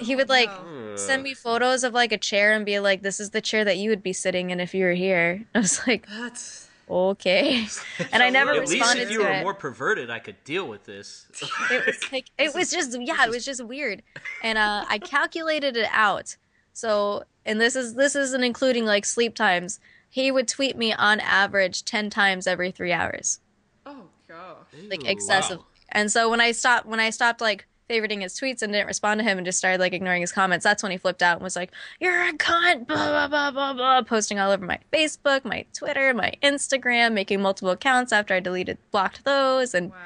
he would like Oh, no. send me photos of like a chair and be like, this is the chair that you would be sitting in if you were here. I was like, that's okay. And I never At least responded if you to were it. more perverted, I could deal with this. it was like it was just yeah it was just weird and uh i calculated it out so and this is this isn't including like sleep times he would tweet me on average 10 times every three hours oh gosh. like Ooh, excessive wow. and so when i stopped when i stopped like favoriting his tweets and didn't respond to him and just started like ignoring his comments that's when he flipped out and was like you're a cunt blah blah blah blah blah posting all over my facebook my twitter my instagram making multiple accounts after i deleted blocked those and Wow.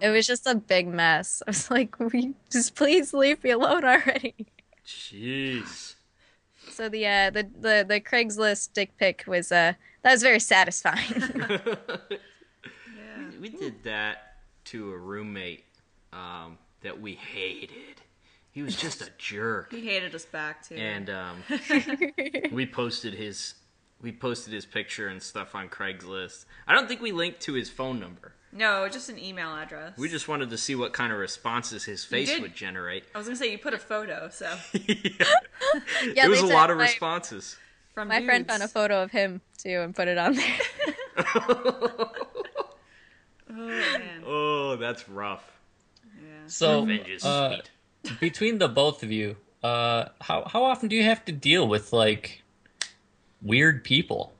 it was just a big mess. I was like, we just please leave me alone already. Jeez. So the uh, the, the the Craigslist dick pic was uh that was very satisfying. yeah. We did that to a roommate um, that we hated. He was just a jerk, He hated us back too. and um, we posted his we posted his picture and stuff on Craigslist. I don't think we linked to his phone number. no, just an email address. We just wanted to see what kind of responses his face did- would generate. I was gonna say you put a photo, so yeah, it was they a said lot of my, responses. from My friend found a dudes. photo of him too and put it on there. Oh man. Oh, that's rough. Yeah. So Revenge is uh, sweet. between the both of you, uh, how how often do you have to deal with like weird people?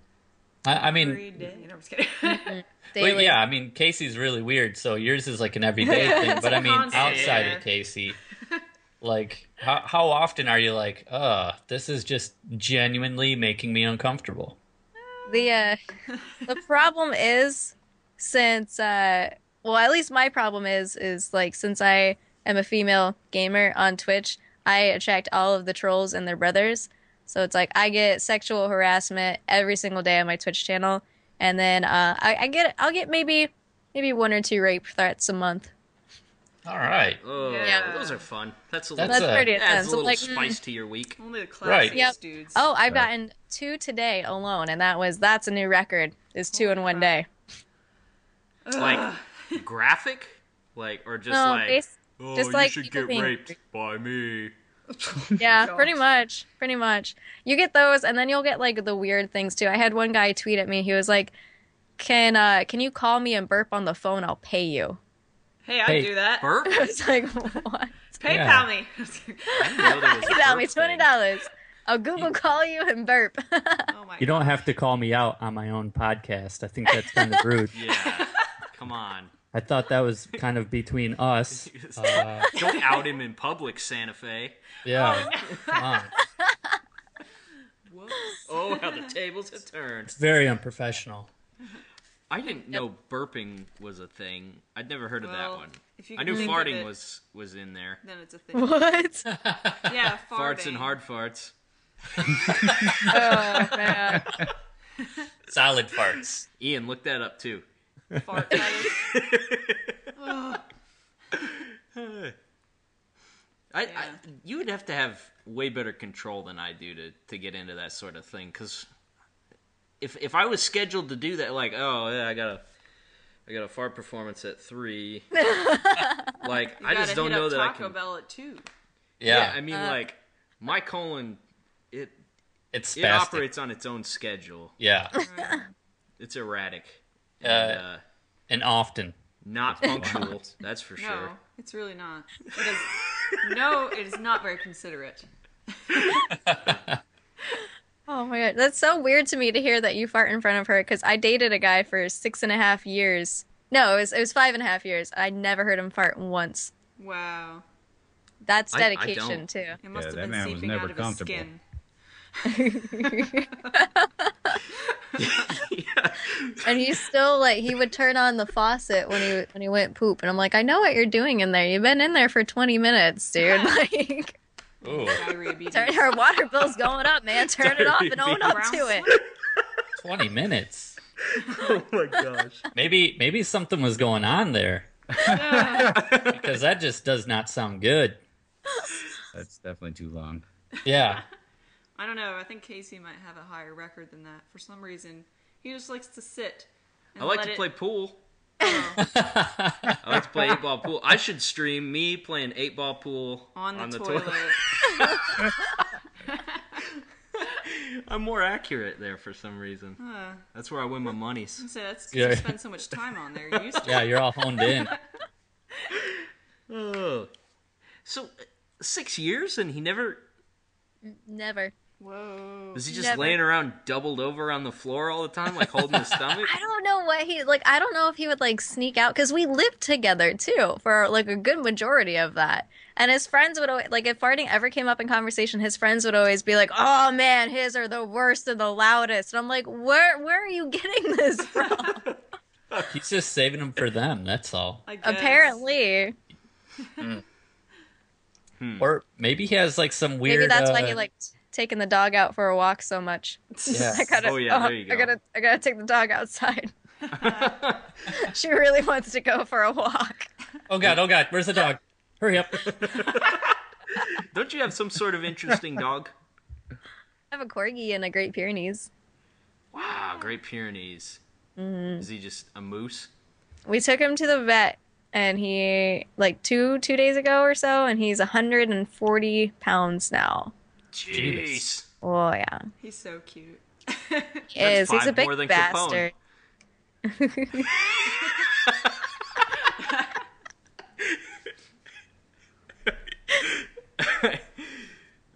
I, I mean, Every day. No, I'm just kidding. but Daily. yeah, I mean, Casey's really weird, so yours is like an everyday Yeah, thing. it's But a I mean, constant. outside Yeah. of Casey, like how how often are you like, uh, this is just genuinely making me uncomfortable? the uh, the problem is since uh well at least my problem is is like since I am a female gamer on Twitch, I attract all of the trolls and their brothers. So it's like I get sexual harassment every single day on my Twitch channel, and then uh, I, I get I'll get maybe maybe one or two rape threats a month. All right, Oh, Yeah. those are fun. That's a That's little, a- That's pretty adds intense. a I'm little like, mm. spice to your week. Only the classiest Right. Yep. dudes. Oh, I've Right. gotten two today alone, and that was that's a new record. Is two in one day. Like graphic, like or just No, like bas- oh, just you like should people get being- raped by me. Yeah, God. pretty much. Pretty much. You get those and then you'll get like the weird things too. I had one guy tweet at me. He was like, "Can uh can you call me and burp on the phone? I'll pay you." Hey, I'd Hey. do that. Burp? I was like, "What?" PayPal Yeah. me. I didn't know there was a Tell me burp thing. $20. I'll Google call you and burp. oh my you don't have to call me out on my own podcast. I think that's kind of rude. Yeah, come on. I thought that was kind of between us. Uh, Don't out him in public, Santa Fe. yeah, come on. God. Oh, how the tables have turned. very unprofessional. I didn't know burping was a thing. I'd never heard of Well, that one. if you I can knew think of farting it, was was in there. Then it's a thing. what? Yeah, farting. Farts and hard farts. Oh man. Solid farts. Ian, look that up too. Fart fetish. Ugh. I, Yeah. I you would have to have way better control than I do to to get into that sort of thing. Because if if I was scheduled to do that, like oh yeah, I got to I got a fart performance at three. like You I just gotta don't hit know up that I Taco can. Bell Uh. at two. Yeah, Yeah, I mean like my colon it it's it spastic. operates on its own schedule. Yeah, It's erratic. Uh, And, uh, and often. not punctual, that's for No, sure. it's really not. It is, no, it is not very considerate. Oh my god, that's so weird to me to hear that you fart in front of her because I dated a guy for six and a half years. No, it was it was five and a half years. I never heard him fart once. Wow. That's I- I don't. dedication too. It must that have been man was seeping never out of his comfortable. skin. and he still like he would turn on the faucet when he when he went poop and i'm like i know what you're doing in there you've been in there for 20 minutes dude like Ooh, Diarrhea turn our water bill's going up man turn it off and own up to it twenty minutes. Oh my gosh. Maybe maybe something was going on there because that just does not sound good. That's definitely too long. Yeah, I don't know. I think Casey might have a higher record than that. For some reason, he just likes to sit. And I like let to it- play pool. Oh, I like to play eight ball pool. I should stream me playing eight ball pool on the, toilet. I'm more accurate there for some reason. That's where I win my monies. so that's 'cause Yeah. you spend so much time on there. You used to. yeah, you're all honed in. Hmm. Oh. So uh, six years and he never never Whoa. was he just Never. laying around doubled over on the floor all the time, like holding his stomach? i don't know what he like i don't know if he would like sneak out because we lived together too for like a good majority of that and his friends would always like if farting ever came up in conversation his friends would always be like oh man his are the worst and the loudest and i'm like where where are you getting this from He's just saving them for them. That's all. I guess. Apparently, Hmm. Or maybe he has like some weird. maybe that's why uh, he liked taking the dog out for a walk so much. Yeah. I gotta, Oh, yeah, there you Uh-huh. I go. gotta, I gotta take the dog outside. she really wants to go for a walk. Oh god! Oh god! Where's the dog? Hurry up! Don't you have some sort of interesting dog? I have a corgi and a Great Pyrenees. Wow, Ah, Great Pyrenees. Mm-hmm. Is he just a moose? We took him to the vet, and he like two two days ago or so, and he's 140 pounds now. Jeez. Oh yeah, He's so cute. he is. He's five a big more than Capone. bastard.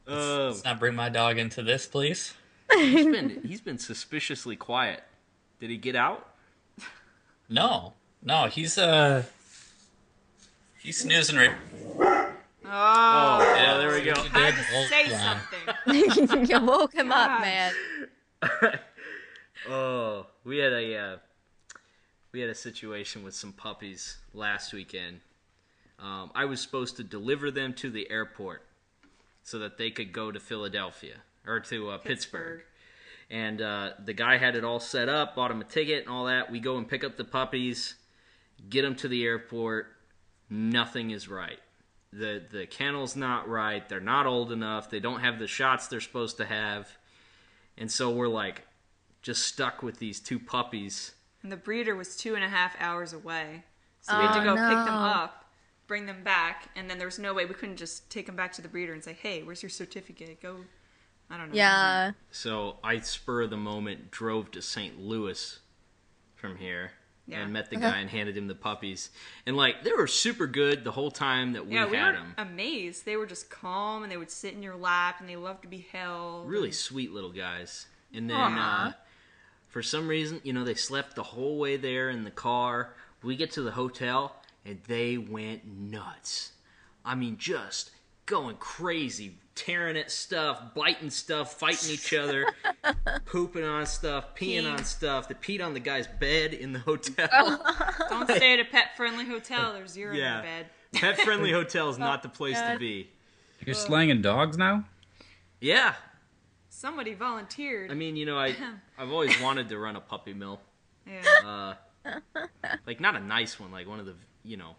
Oh, Let's not bring my dog into this, please. he's been he's been suspiciously quiet. Did he get out? No, no, he's uh, he's snoozing. Right. Oh, Oh, yeah, there we go. I had to say something. you woke him Gosh. up, man. Oh, we had a uh, we had a situation with some puppies last weekend. Um, I was supposed to deliver them to the airport so that they could go to Philadelphia or to uh, Pittsburgh. Pittsburgh. And uh, the guy had it all set up, bought him a ticket and all that. We go and pick up the puppies, get them to the airport. Nothing is right. The the kennel's not right. They're not old enough. They don't have the shots they're supposed to have. And so we're like, just stuck with these two puppies. And the breeder was two and a half hours away. So we had to go Oh, pick them no. up, bring them back, and then there was no way we couldn't just take them back to the breeder and say, hey, where's your certificate? Go, I don't know. Yeah. So I spur of the moment drove to St. Louis from here Yeah. and met the guy and handed him the puppies. And like they were super good the whole time that we Yeah, had we were them. amazed. They were just calm and they would sit in your lap and they loved to be held. Really sweet little guys. And then Aw. uh, for some reason, you know, they slept the whole way there in the car. We get to the hotel and they went nuts. I mean, just going crazy, tearing at stuff, biting stuff, fighting each other, pooping on stuff, peeing on stuff. They peed on the guy's bed in the hotel. Don't stay at a pet friendly hotel. There's zero in Yeah. your bed. Pet friendly hotel is not the place to be. You're slanging dogs now? Yeah. Somebody volunteered. I mean, you know, I, I've always wanted to run a puppy mill. yeah. uh, like not a nice one, like one of the you know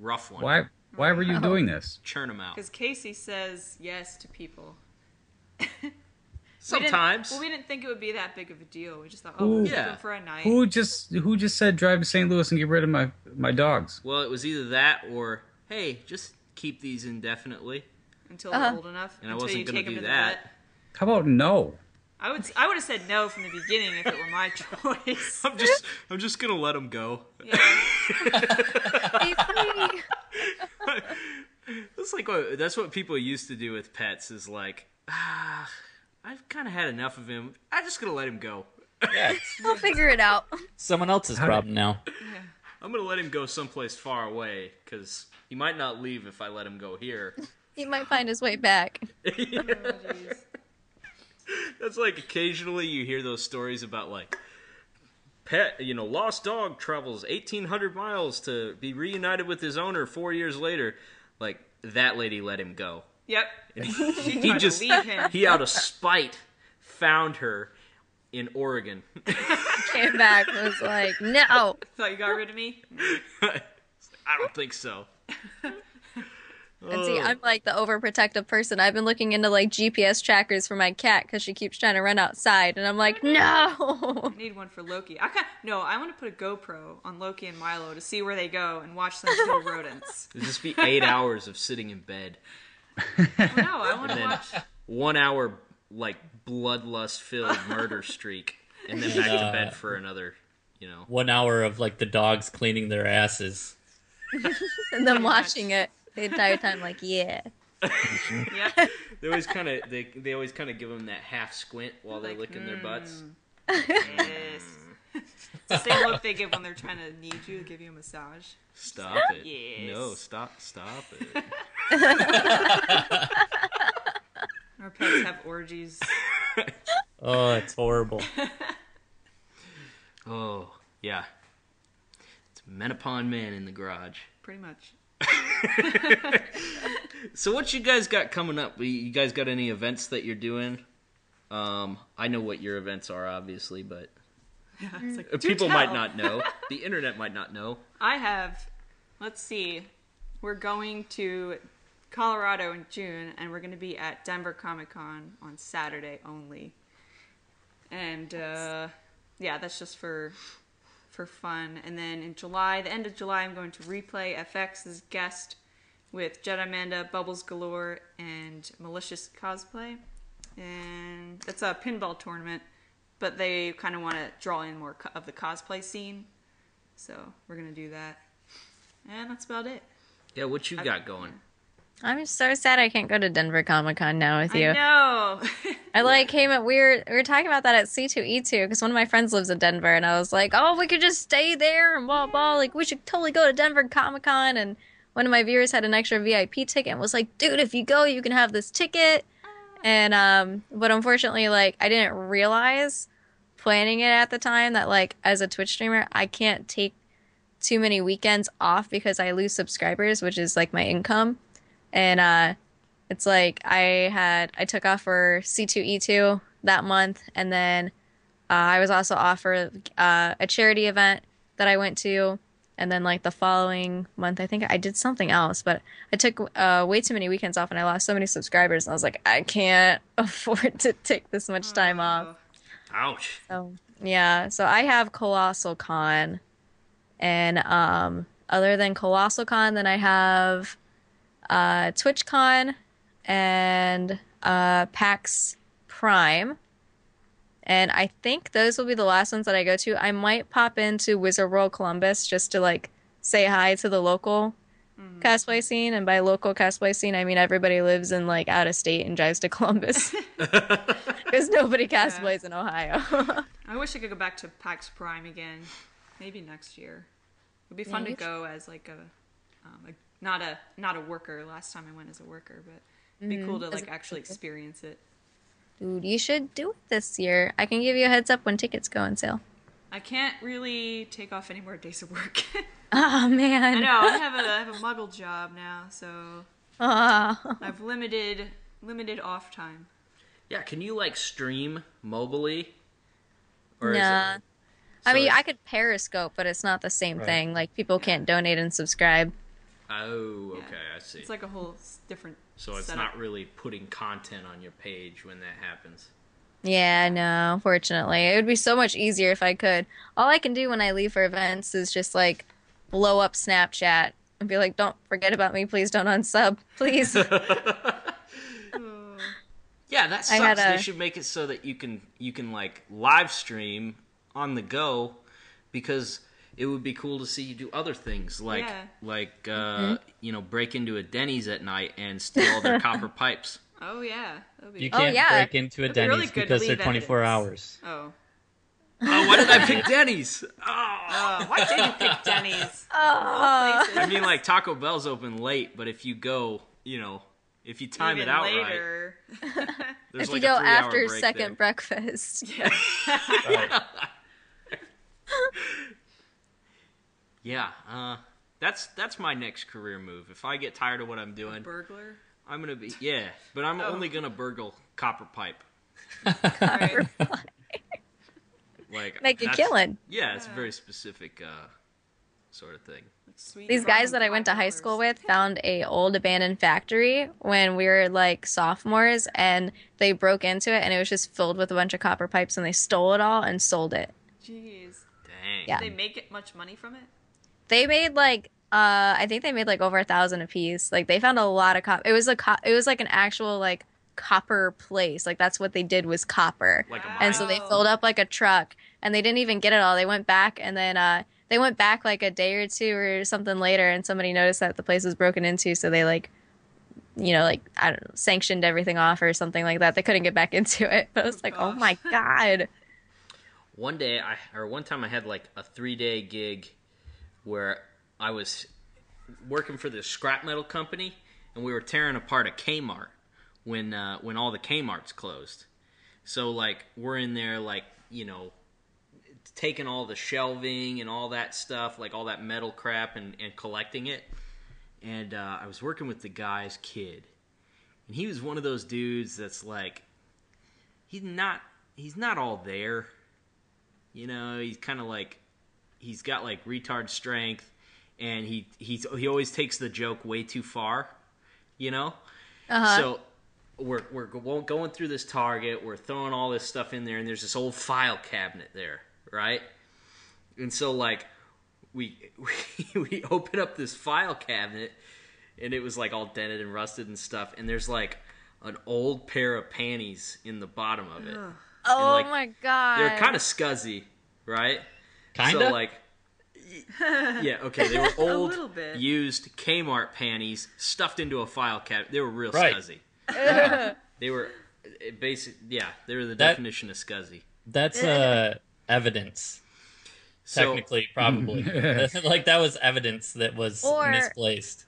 rough one. Why? Why were you doing this? Churn them out. Because Casey says yes to people. We didn't- Sometimes. well, we didn't think it would be that big of a deal. We just thought, oh, we'll Ooh. keep Yeah. them for a night. Who just Who just said drive to St. Louis and get rid of my my dogs? Well, it was either that or hey, just keep these indefinitely. until they're old enough. And I until wasn't you gonna take 'em do to that. The vet. How about no? I would I would have said no from the beginning if it were my choice. I'm just I'm just gonna let them go. Yeah. Be free. That's like what that's what people used to do with pets is like ah, I've kind of had enough of him. I'm just gonna let him go. Yeah, We'll figure it out. someone else's How did- problem now. I'm gonna let him go someplace far away because he might not leave if I let him go here. He might find his way back. Oh, jeez. That's like occasionally you hear those stories about like pet, you know, lost dog travels 1800 miles to be reunited with his owner 4 years later. Like that lady let him go. yep. he tried to just leave him. he out of spite found her in Oregon. Came back and was like, no. Thought you got rid of me. I don't think so. And see, I'm like the overprotective person. I've been looking into like GPS trackers for my cat because she keeps trying to run outside, and I'm like, no. I need one for Loki. I kind no. I want to put a GoPro on Loki and Milo to see where they go and watch them kill rodents. It'd just be 8 hours of sitting in bed. Well, no, I want to then- watch. one hour like bloodlust filled murder streak and then back to Yeah. bed for another you know One hour of like the dogs cleaning their asses. And then watching it the entire time, like, yeah. Yep. they always kind of they, they always kind of give them that half squint while they're Like, hmm. licking their butts Yes. It's the same look they give when they're trying to need you to give you a massage. stop it Yes. no stop stop it Our pets have orgies. Oh, it's horrible. oh yeah it's menopon man in the garage Pretty much. so what you guys got coming up You- you guys got any events that you're doing um i know what your events are obviously but Uh, It's like, "Do people might tell." not know the internet might not know I have, let's see, we're going to Colorado in June, and we're going to be at Denver Comic Con on Saturday only. And uh, yeah, that's just for for fun. And then in July, the end of July, I'm going to replay FX's guest with Jed Amanda, Bubbles Galore, and Malicious Cosplay. And it's a pinball tournament, but they kind of want to draw in more co- of the cosplay scene. So we're going to do that. And that's about it. yeah what you got going I'm so sad I can't go to Denver Comic Con now with you. I know. I like came at we were we were talking about that at C two E two because one of my friends lives in Denver and I was like, oh, we could just stay there and blah blah. Like we should totally go to Denver Comic Con and one of my viewers had an extra VIP ticket and was like, dude, if you go, you can have this ticket. And um, but unfortunately, like I didn't realize planning it at the time that like as a Twitch streamer, I can't take too many weekends off because I lose subscribers, which is like my income. And uh it's like I had I took off for C2E2 that month, and then uh, I was also off for uh, a charity event that I went to, and then like the following month, I think I did something else, but I took uh, way too many weekends off, and I lost so many subscribers, and I was like, I can't afford to take this much time off. Ouch. So yeah, so I have Colossal Con, and um, other than Colossal Con, then I have uh, Twitch Con and uh, PAX Prime. And I think those will be the last ones that I go to. I might pop into Wizard World Columbus just to like say hi to the local cosplay scene. And by local cosplay scene, I mean everybody lives in like out of state and drives to Columbus because nobody cosplays in Ohio. I wish I could go back to PAX Prime again. Maybe next year. It would be fun Maybe. to go as like a, um, a not a not a worker. Last time I went as a worker, but it'd be cool to like actually experience it. Dude, you should do it this year. I can give you a heads up when tickets go on sale. I can't really take off any more days of work. Oh man. I know I have a I have a muggle job now, so Aw. I've limited limited off time. Yeah, can you like stream mobily? Or is it- Nah. I so mean, it's- I could Periscope, but it's not the same thing. Like people can't donate and subscribe. Oh, Yeah. okay, I see. It's like a whole s- different. so it's setup. not really putting content on your page when that happens. Yeah, no. Fortunately, it would be so much easier if I could. All I can do when I leave for events is just like blow up Snapchat and be like, "Don't forget about me, please. Don't unsub, please." Yeah, that I had sucks. They a- should make it so that you can you can like live stream on the go because it would be cool to see you do other things like Yeah. like uh, Mm-hmm. you know break into a Denny's at night and steal all their copper pipes. Oh yeah, that would be. You can't yeah. break into a It'd be really Denny's good to because they're leave 24 evidence. hours. Oh. Oh, why did I pick Denny's? Oh. Oh, why did you pick Denny's? oh, I mean, like Taco Bell's open late, but if you go, you know, if you time it out right, later. there's if like you go a three-hour after break second there. breakfast, yeah, uh, that's that's my next career move. If I get tired of what I'm doing, Burglar. I'm gonna be yeah, but I'm only gonna burgle copper pipe. Right. Like make a that's- killing. Yeah, it's a very specific uh, sort of thing. Sweet These guys that I went to high $5. school with found a old abandoned factory when we were like sophomores, and they broke into it, and it was just filled with a bunch of copper pipes, and they stole it all and sold it. Jeez. Dang. Yeah. They make it much money from it? They made like uh, I think they made like over a thousand a piece. Like they found a lot of copper. It was a co- it was like an actual like copper place. Like that's what they did was copper. Like a Wow. mine. and so they filled up like a truck and they didn't even get it all they went back and then uh they went back like a day or two or something later and somebody noticed that the place was broken into so they like you know like i don't know sanctioned everything off or something like that they couldn't get back into it but i was like oh gosh. my god one day I or one time I had like a three day gig where I was working for this scrap metal company and we were tearing apart a Kmart when uh, when all the Kmart's closed. So like we're in there like you know taking all the shelving and all that stuff like all that metal crap and, and collecting it. And uh, I was working with the guy's kid, and he was one of those dudes that's like he's not he's not all there. You know, he's kind of like he's got like retard strength, and he he's he always takes the joke way too far. You know, uh-huh. so we're we're go- going through this target. We're throwing all this stuff in there, and there's this old file cabinet there, right? And so like we we, we open up this file cabinet, and it was like all dented and rusted and stuff. And there's like an old pair of panties in the bottom of it. oh like, my god They're kind of scuzzy, right? Kinda. So like, Yeah, okay. They were little old, bit. used Kmart panties stuffed into a file cabinet. They were real Right. scuzzy. They were eh, basic. Yeah, they were the That- definition of scuzzy. That's uh, evidence. So, Technically, probably like that was evidence that was Or- misplaced.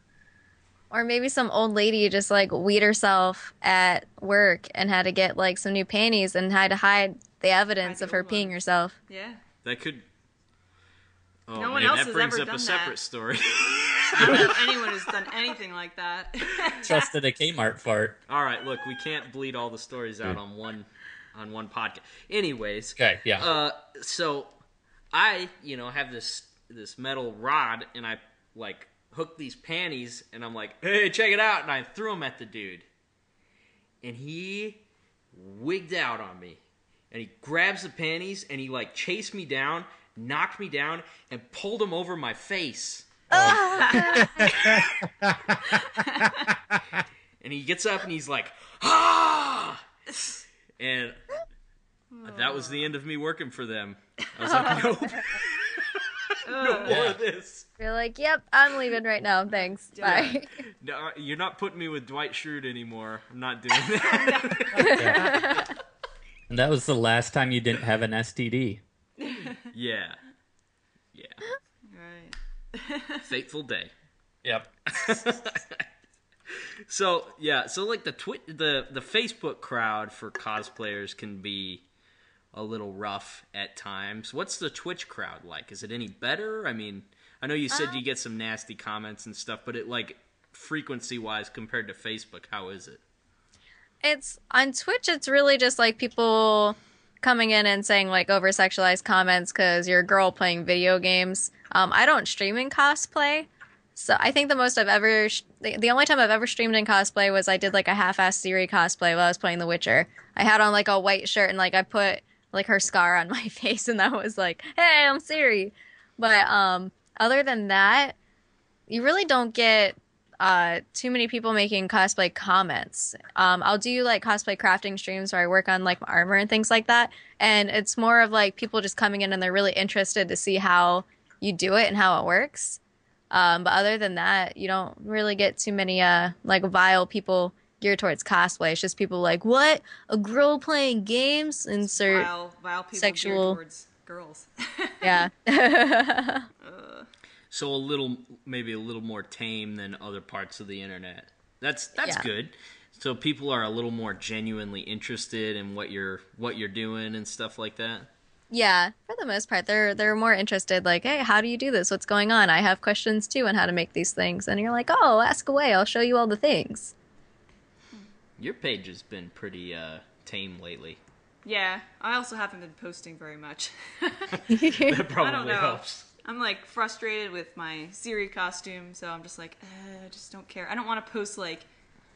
Or maybe some old lady just like weed herself at work and had to get like some new panties and had to hide the evidence the of her old peeing ones. herself. Yeah. that could. Oh, No man, one else that has brings ever up done a that. separate story. I don't know anyone who's done anything like that. Trusted a Kmart fart. all right, look, we can't bleed all the stories out on one on one podcast. Anyways, Hmm. Okay, yeah. uh, so I, you know, have this this metal rod, and I like hook these panties, and I'm like, hey, check it out, and I threw them at the dude, and he wigged out on me, and he grabs the panties, and he like chased me down, knocked me down, and pulled them over my face. and he gets up and he's like, ah! And that was the end of me working for them. I was like, nope, no more Yeah. of this. You're like, yep, I'm leaving right now. Thanks. Bye. No, uh, you're not putting me with Dwight Schrute anymore. I'm not doing that. and that was the last time you didn't have an STD. yeah. Yeah. right. Fateful day. Yep. So yeah, so like the twit, the the Facebook crowd for cosplayers can be a little rough at times. What's the Twitch crowd like? Is it any better? I mean, I know you said you get some nasty comments and stuff, but it like frequency wise compared to Facebook, how is it? It's on Twitch, it's really just like people coming in and saying like over sexualized comments because you're a girl playing video games. Um, I don't stream in cosplay. So I think the most I've ever, sh- the, the only time I've ever streamed in cosplay was I did like a half-ass Siri cosplay while I was playing The Witcher. I had on like a white shirt and like I put like her scar on my face and that was like, hey, I'm Siri. But um, other than that, you really don't get uh, too many people making cosplay comments. Um, I'll do like cosplay crafting streams where I work on like my armor and things like that. And it's more of like people just coming in and they're really interested to see how you do it and how it works. Um, but other than that, you don't really get too many uh, like vile people geared towards cosplay. It's just people like, what? A girl playing games? Insert. Vile, vile people Sexual- geared towards girls. Yeah. So a little, maybe a little more tame than other parts of the internet. That's that's Yeah. good. So people are a little more genuinely interested in what you're what you're doing and stuff like that. Yeah, for the most part, they're they're more interested. Like, hey, how do you do this? What's going on? I have questions too on how to make these things, and you're like, oh, ask away. I'll show you all the things. Your page has been pretty uh, tame lately. yeah. I also haven't been posting very much. That probably know. helps. I'm like frustrated with my Siri costume, so I'm just like, uh, I just don't care. I don't want to post like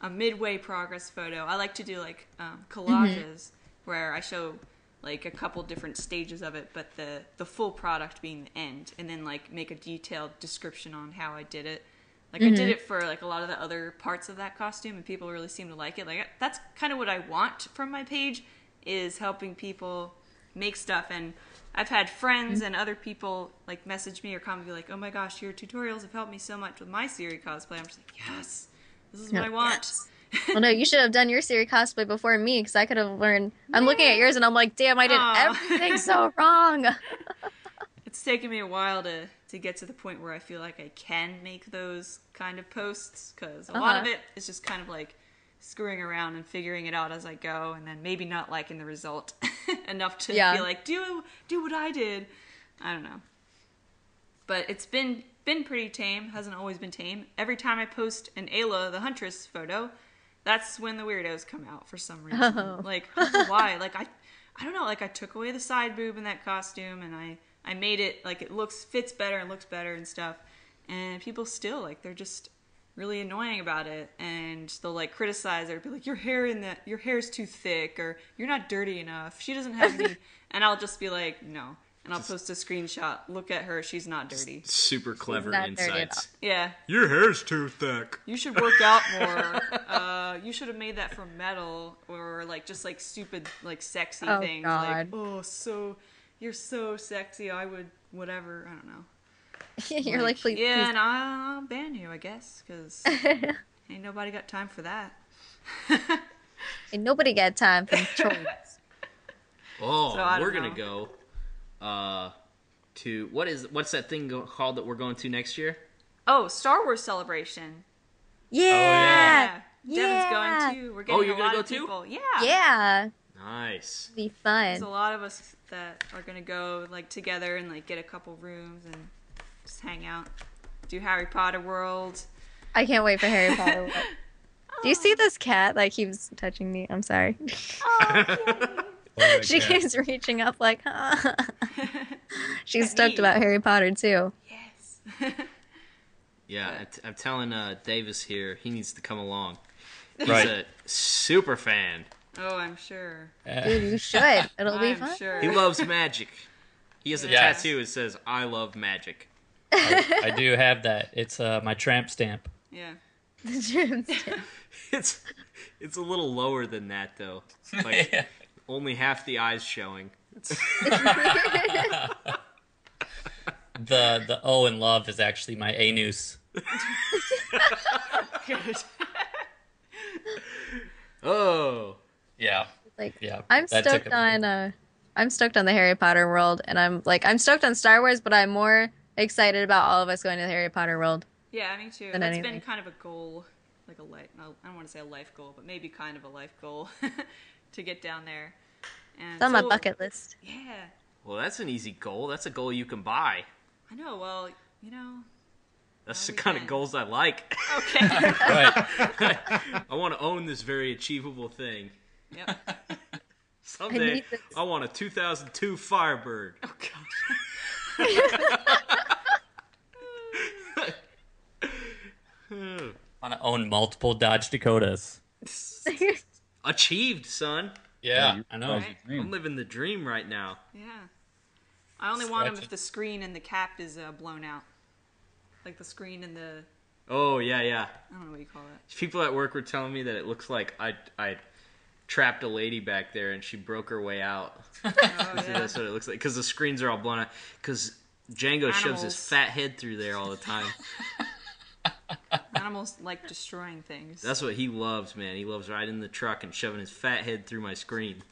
a midway progress photo. I like to do like um, collages where I show like a couple different stages of it, but the the full product being the end, and then like make a detailed description on how I did it. Like I did it for like a lot of the other parts of that costume, and people really seem to like it. Like that's kind of what I want from my page is helping people make stuff and i've had friends and other people like message me or comment be like oh my gosh your tutorials have helped me so much with my siri cosplay i'm just like yes this is what i want yes. well, no, you should have done your Siri cosplay before me because I could have learned. I'm looking at yours, and I'm like, damn, I did Aw. everything so wrong. it's taken me a while to to get to the point where i feel like i can make those kind of posts because a lot of Uh-huh. it is just kind of like screwing around and figuring it out as i go and then maybe not liking the result enough to Yeah. be like do do what i did i don't know but it's been been pretty tame. Hasn't always been tame. Every time I post an Ayla the Huntress photo, that's when the weirdos come out for some reason. Like I don't know why? Like I, I don't know. Like I took away the side boob in that costume, and I I made it like it looks fits better and looks better and stuff. And people still like they're just really annoying about it, and they'll like criticize or be like, "Your hair in that your hair's too thick," or "You're not dirty enough." She doesn't have any, and I'll just be like, "No." And I'll post a screenshot. Look at her; she's not dirty. Super clever not dirty at insights. Yeah, Your hair's too thick. you should work out more. uh, you should have made that from metal or like just like stupid like sexy Oh, things. God. Like oh so you're so sexy. I would whatever. I don't know. You're like, please, yeah, please. and I'll, I'll ban you, I guess, because ain't nobody got time for that. Ain't nobody got time for trolls. Oh, So I don't we're gonna go uh, to what is what's that thing go- called that we're going to next year? Oh, Star Wars Celebration. yeah. Devin's Yeah. going too. We're Oh, getting you're a gonna lot go of too? people. Yeah. yeah, Nice. Be There's a fun. lot of us that are gonna go like together and like get a couple rooms and just hang out, do Harry Potter World. I can't wait for Harry Potter. World. Do you see this cat that keeps touching me? I'm sorry. Oh, she yeah. keeps reaching up like, huh. She's me. stoked about Harry Potter too. Yes. Yeah, I t- I'm telling uh, Davis here he needs to come along. He's Right. a super fan. oh, I'm sure. Uh, Dude, you should. It'll be I'm fun. sure. He loves magic. He has a Yeah. tattoo that says "I love magic." I, I do have that. It's uh, my tramp stamp. yeah. It's it's a little lower than that though. Like only half the eyes showing. The the O in love is actually my anus. Good. Oh, Yeah. like Yeah, I'm that took stoked a- on uh I'm stoked on the Harry Potter world and I'm like I'm stoked on Star Wars, but I'm more excited about all of us going to the Harry Potter world. yeah, me too. Than That's anything. been kind of a goal, like a life. I don't want to say a life goal, but maybe kind of a life goal to get down there. And It's on so- my bucket list. Yeah. well, that's an easy goal. That's a goal you can buy. I know. Well, you know. That's the No, Oh, we kind of can. goals I like. Okay. uh, Right. I want to own this very achievable thing. yep. I Someday need this. I, want a 2002 Firebird. Oh god. I want to own multiple Dodge Dakotas. Achieved, son. Yeah, you I know. realize your I'm dream. living the dream right now. Yeah. I only want 'em want them Scratch if it. the screen and the cap is uh, blown out. Like the screen and the Oh yeah, yeah. I don't know what you call it. People at work were telling me that it looks like I I trapped a lady back there and she broke her way out. Oh, yeah. That's what it looks like because the screens are all blown out. Because Django shoves his Animals. fat head through there all the time. Animals like destroying things. That's what he loves, man. He loves riding in the truck and shoving his fat head through my screen.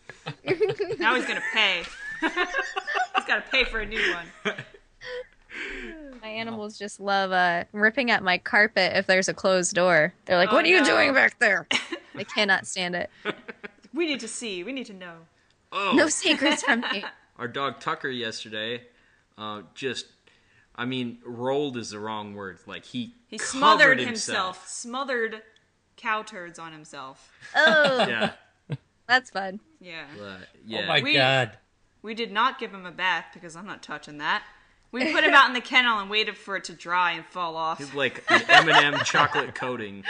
now he's gonna pay. he's gotta pay for a new one. My Oh. animals just love uh ripping at my carpet if there's a closed door. They're like, Oh, What are you no. doing back there? I cannot stand it. We need to see. We need to know. Oh, No secrets from me. our dog Tucker yesterday, uh, just, I mean, rolled is the wrong word. Like he He covered smothered himself. Smothered cow turds on himself. Oh, Yeah, that's fun. Yeah. but, yeah. Oh my We- god. We did not give him a bath because I'm not touching that. We put him out in the kennel and waited for it to dry and fall off. It's like an M&M chocolate coating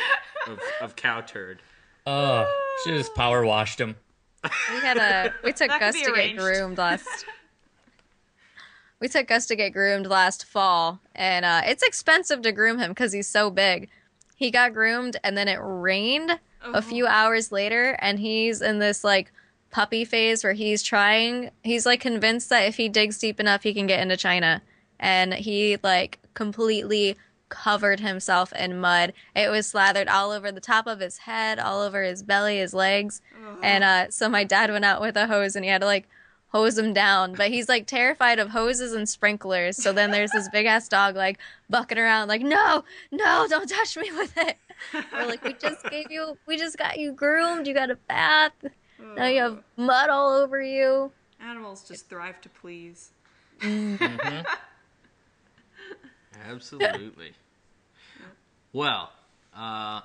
of, of cow turd. Oh, she just power washed him. We had a we took That could Gus be to get arranged. groomed last. we took Gus to get groomed last fall, and uh, it's expensive to groom him because he's so big. He got groomed, and then it rained Uh-huh. a few hours later, and he's in this like puppy phase where he's trying. He's like convinced that if he digs deep enough, he can get into China, and he like completely covered himself in mud. It was slathered all over the top of his head, all over his belly, his legs. And uh, so my dad went out with a hose and he had to like hose him down. But he's like terrified of hoses and sprinklers. So then there's this big ass dog like bucking around, like, no, no, don't touch me with it. We're like, we just gave you, we just got you groomed. You got a bath. Now you have mud all over you. Animals just thrive to please. Absolutely. well, uh,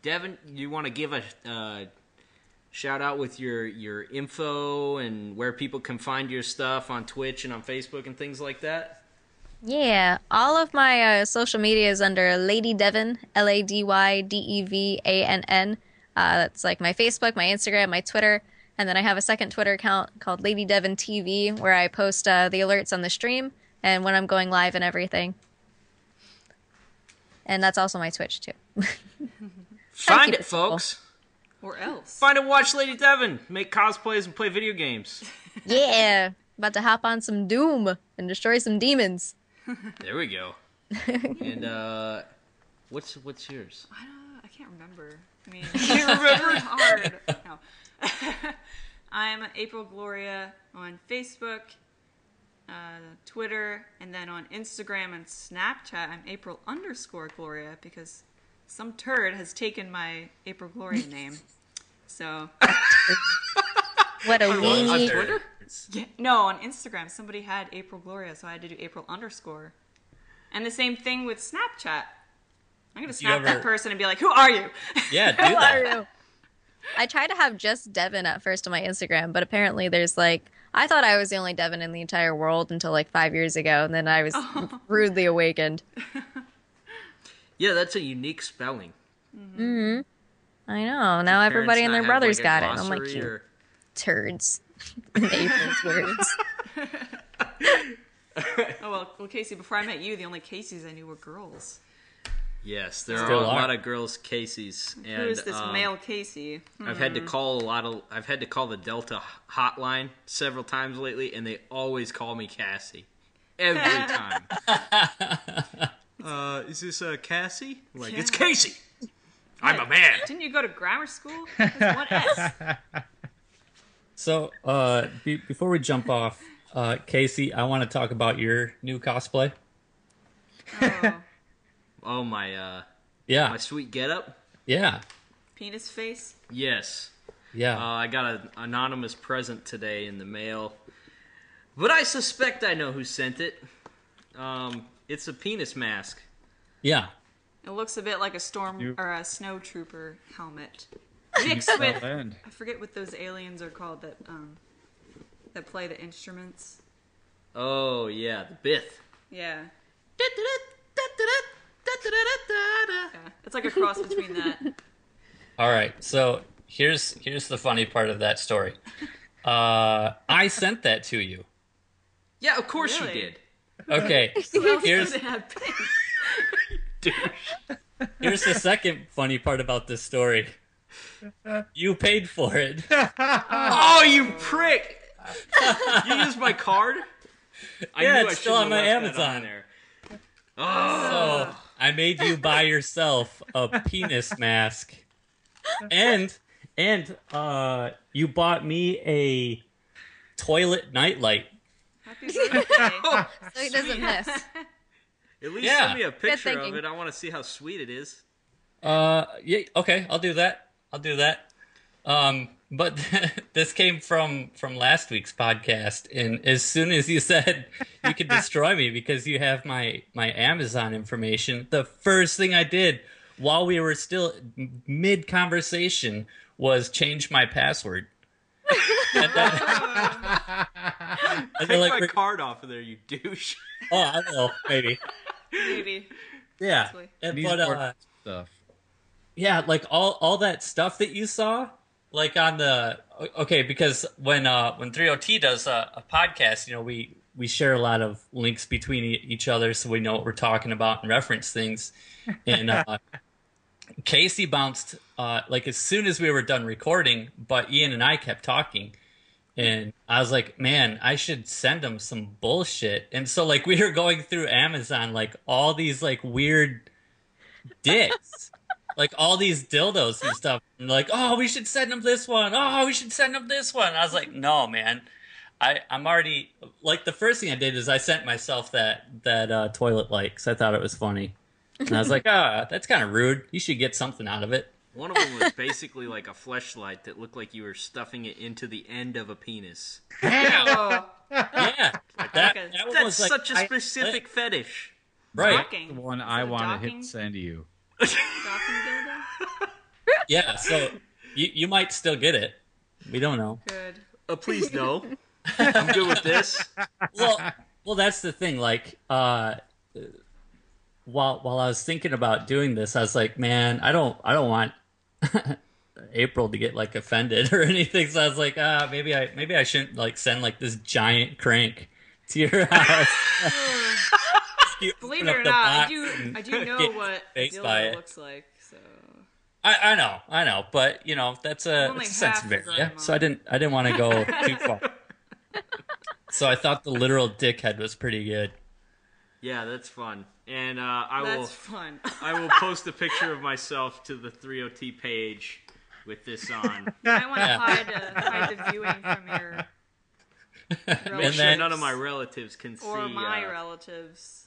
Devin, you want to give a uh, shout out with your your info and where people can find your stuff on Twitch and on Facebook and things like that? Yeah, all of my uh, social media is under Lady Devon, L A D Y D E V A N N. Uh, that's like my Facebook, my Instagram, my Twitter, and then I have a second Twitter account called Lady Devon TV where I post uh, the alerts on the stream and when I'm going live and everything. And that's also my Twitch too. Find keep it, it simple. folks. Or else. Find and watch Lady Devin. Make cosplays and play video games. yeah, about to hop on some Doom and destroy some demons. There we go. and uh, what's what's yours? I don't. I can't remember. I mean, can't remember. It's hard. No. I'm April Gloria on Facebook, uh, Twitter, and then on Instagram and Snapchat. I'm April underscore Gloria because some turd has taken my April Gloria name. So What a weenie. Twitter? yeah, no, on Instagram somebody had April Gloria, so I had to do April underscore. And the same thing with Snapchat. I'm gonna you snap that ever- person and be like, "Who are you?" Yeah, do Who are that. you? I tried to have just Devin at first on my Instagram, but apparently there's like I thought I was the only Devin in the entire world until like five years ago, and then I was rudely awakened. Yeah, that's a unique spelling. I know. Now everybody and their brothers got it. Oh I'm like, you you turds. In April's words. Oh well, well, Casey. Before I met you, the only Caseys I knew were girls. Yes, there Still are a are. lot of girls' cases, and Who is this um, male Casey? Hmm, I've had Mm-hmm. to call a lot of. I've had to call the Delta hotline several times lately, and they always call me Cassie every time. uh, is this uh, Cassie? I'm Like it's Yeah. Casey. I'm a man. Didn't you go to grammar school? That's one S. So, uh, be- before we jump off, uh, Casey, I want to talk about your new cosplay. Oh, Oh my, uh, Yeah, my sweet getup. yeah, penis face. Yes, uh, yeah. I got an anonymous present today in the mail, but I suspect I know who sent it. Um, it's a penis mask. yeah. It looks a bit like a storm You- or a snowtrooper helmet, You mixed fell with in. I forget what those aliens are called that um that play the instruments. Oh yeah, the Bith. Yeah, yeah. It's like a cross between that. All right. So here's here's the funny part of that story. Uh, I sent that to you. Yeah, of course Really? you did. Okay. Here's It had pink. here's the second funny part about this story. You paid for it. Oh, you prick! you used my card? I Yeah, knew it's I still on shouldn't have my left that Amazon. on there. Oh, So I made you buy yourself a penis mask, and and uh, you bought me a toilet nightlight. Happy birthday. So he doesn't miss. at least Yeah. send me a picture of thinking. it. I want to see how sweet it is. Uh, yeah, okay, I'll do that. I'll do that. Um, but this came from from last week's podcast, and as soon as you said you could destroy me because you have my my Amazon information, the first thing I did while we were still mid conversation was change my password. and then, and Take then, my like, card off of there, you douche. oh, I will maybe, Maybe. yeah. And, These but more uh, stuff. yeah like all all that stuff that you saw like on the o- okay because when uh when 3ot does a, a podcast you know we we share a lot of links between e- each other so we know what we're talking about and reference things and uh casey bounced uh like as soon as we were done recording but ian and i kept talking and I was like, man, I should send him some bullshit. And so like we were going through Amazon, like all these like weird dicks, like all these dildos and stuff. And like, oh, we should send him this one. Oh, we should send him this one. I was like, no, man, I I'm already like the first thing I did is I sent myself that that uh, toilet light because I thought it was funny. And I was like, ah, that's kind of rude. You should get something out of it. One of them was basically like a fleshlight that looked like you were stuffing it into the end of a penis. Oh, Yeah, that, that That's one Ah, That's was like such I- a specific fetish. right. Docking. The one Is I it want to docking? hit send you. docking dildo. yeah so you, you might still get it we don't know Good. Uh, please no. I'm good with this. well well that's the thing like uh while while i was thinking about doing this i was like man i don't i don't want april to get like offended or anything so i was like ah maybe i maybe i shouldn't like send like this giant crank to your house You open Believe it up or the not, I box do. and I do know get what a faced by dildo it. looks like. So I, I know, I know, but you know that's a, Only it's a sensitive half is area, on so I didn't, I didn't want to go too far. so I thought the literal dickhead was pretty good. Yeah, that's fun. And uh, I will That's fun. I will post a picture of myself to the 3OT page with this on. I want to hide, uh, hide the viewing from your Make relatives sure then- none of my relatives can see. or my uh, relatives.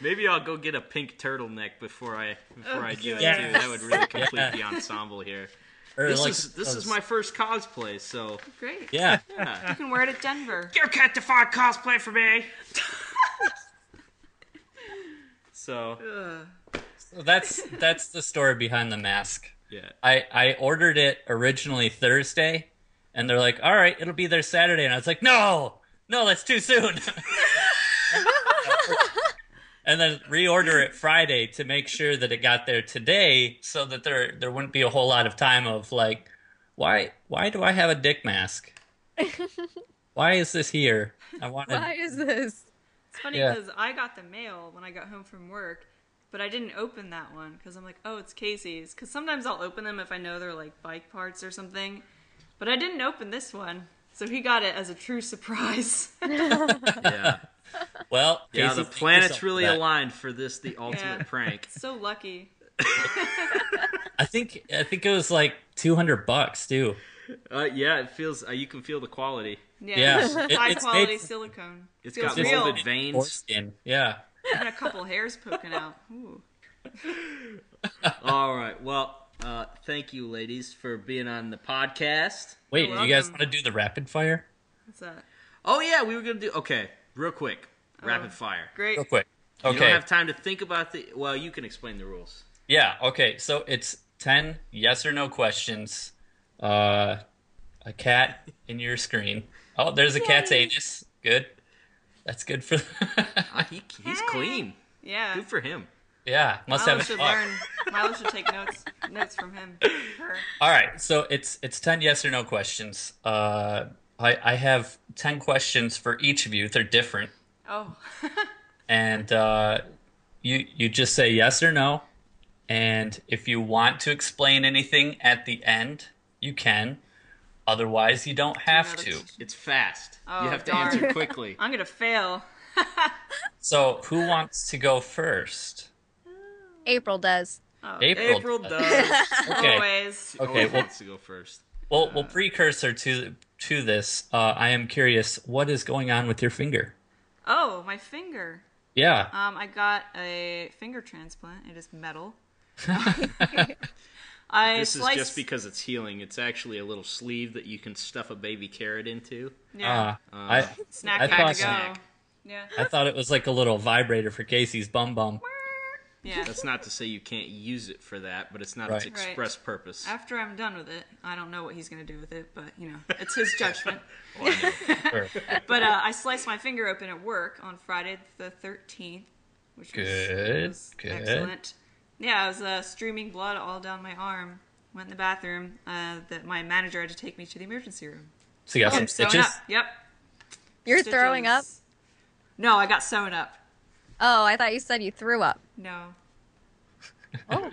Maybe I'll go get a pink turtleneck before I before I do it Yes. too. That would really complete the ensemble here. Or This like is this is those- my first cosplay, so Great. yeah. yeah. You can wear it at Denver. you can't define cosplay for me. so Ugh. So that's that's the story behind the mask. yeah, I I ordered it originally Thursday, and they're like, "All right, it'll be there Saturday," and I was like, "No, no, that's too soon." and then reorder it Friday to make sure that it got there today, so that there there wouldn't be a whole lot of time of like, why why do I have a dick mask? why is this here? I wanted. Why is this? It's funny Yeah. because I got the mail when I got home from work, but I didn't open that one because I'm like, oh, it's Casey's. Because sometimes I'll open them if I know they're like bike parts or something, but I didn't open this one. So he got it as a true surprise. yeah, Well, yeah. Casey, the thank you so- planets really that- aligned for this, the ultimate Yeah. prank. so lucky. I think I think it was like two hundred bucks too. Uh, yeah, it feels. Uh, you can feel the quality. Yeah, Yeah. It- high it's quality made- silicone. It's Feels got Just- real. molded veins. Foreskin. Yeah. and a couple hairs poking out. Ooh. All right. Well, uh, thank you, ladies, for being on the podcast. Wait, You're you guys want welcome. to do the rapid fire? What's that? Oh yeah, we were gonna do. Okay, real quick, rapid fire. Great. Real quick. You don't Okay. have time to think about the. Well, you can explain the rules. yeah. Okay. So it's ten yes or no questions. Uh, a cat in your screen. Oh, there's a cat's anus. Good. That's good for. Ah, he, he's clean. Yeah. Good for him. yeah. Must Milo have a should dog. learn. Milo should take notes notes from him. Her. All right. So it's it's ten yes or no questions. Uh, I I have ten questions for each of you. They're different. Oh. and uh, you you just say yes or no. And if you want to explain anything at the end, you can. Otherwise, you don't have another to. question. It's fast. Oh, you have to darn. answer quickly. I'm gonna fail. So, who wants to go first? April does. Oh, April. April does. Okay. Always. Okay, Always well- wants to go first. Well, well, precursor to to this, uh, I am curious. What is going on with your finger? Oh, my finger. Yeah. Um, I got a finger transplant. It is metal. I This sliced. is just because it's healing. It's actually a little sleeve that you can stuff a baby carrot into. yeah. Uh, I snack I pack thought- to go. Snack. Yeah. I thought it was like a little vibrator for Casey's bum bum. Yeah. That's not to say you can't use it for that, but it's not its Right. Right. express purpose. After I'm done with it, I don't know what he's gonna do with it, but you know, it's his judgment. Oh, I know. Sure. But uh, I sliced my finger open at work on Friday the 13th, which was- Good, was, good. excellent. Yeah, I was uh, streaming blood all down my arm. Went in the bathroom. Uh, that my manager had to take me to the emergency room. So you got some Sewn stitches. up. Yep. You're throwing up? Stitches. No, I got sewn up. Oh, I thought you said you threw up. No. Oh.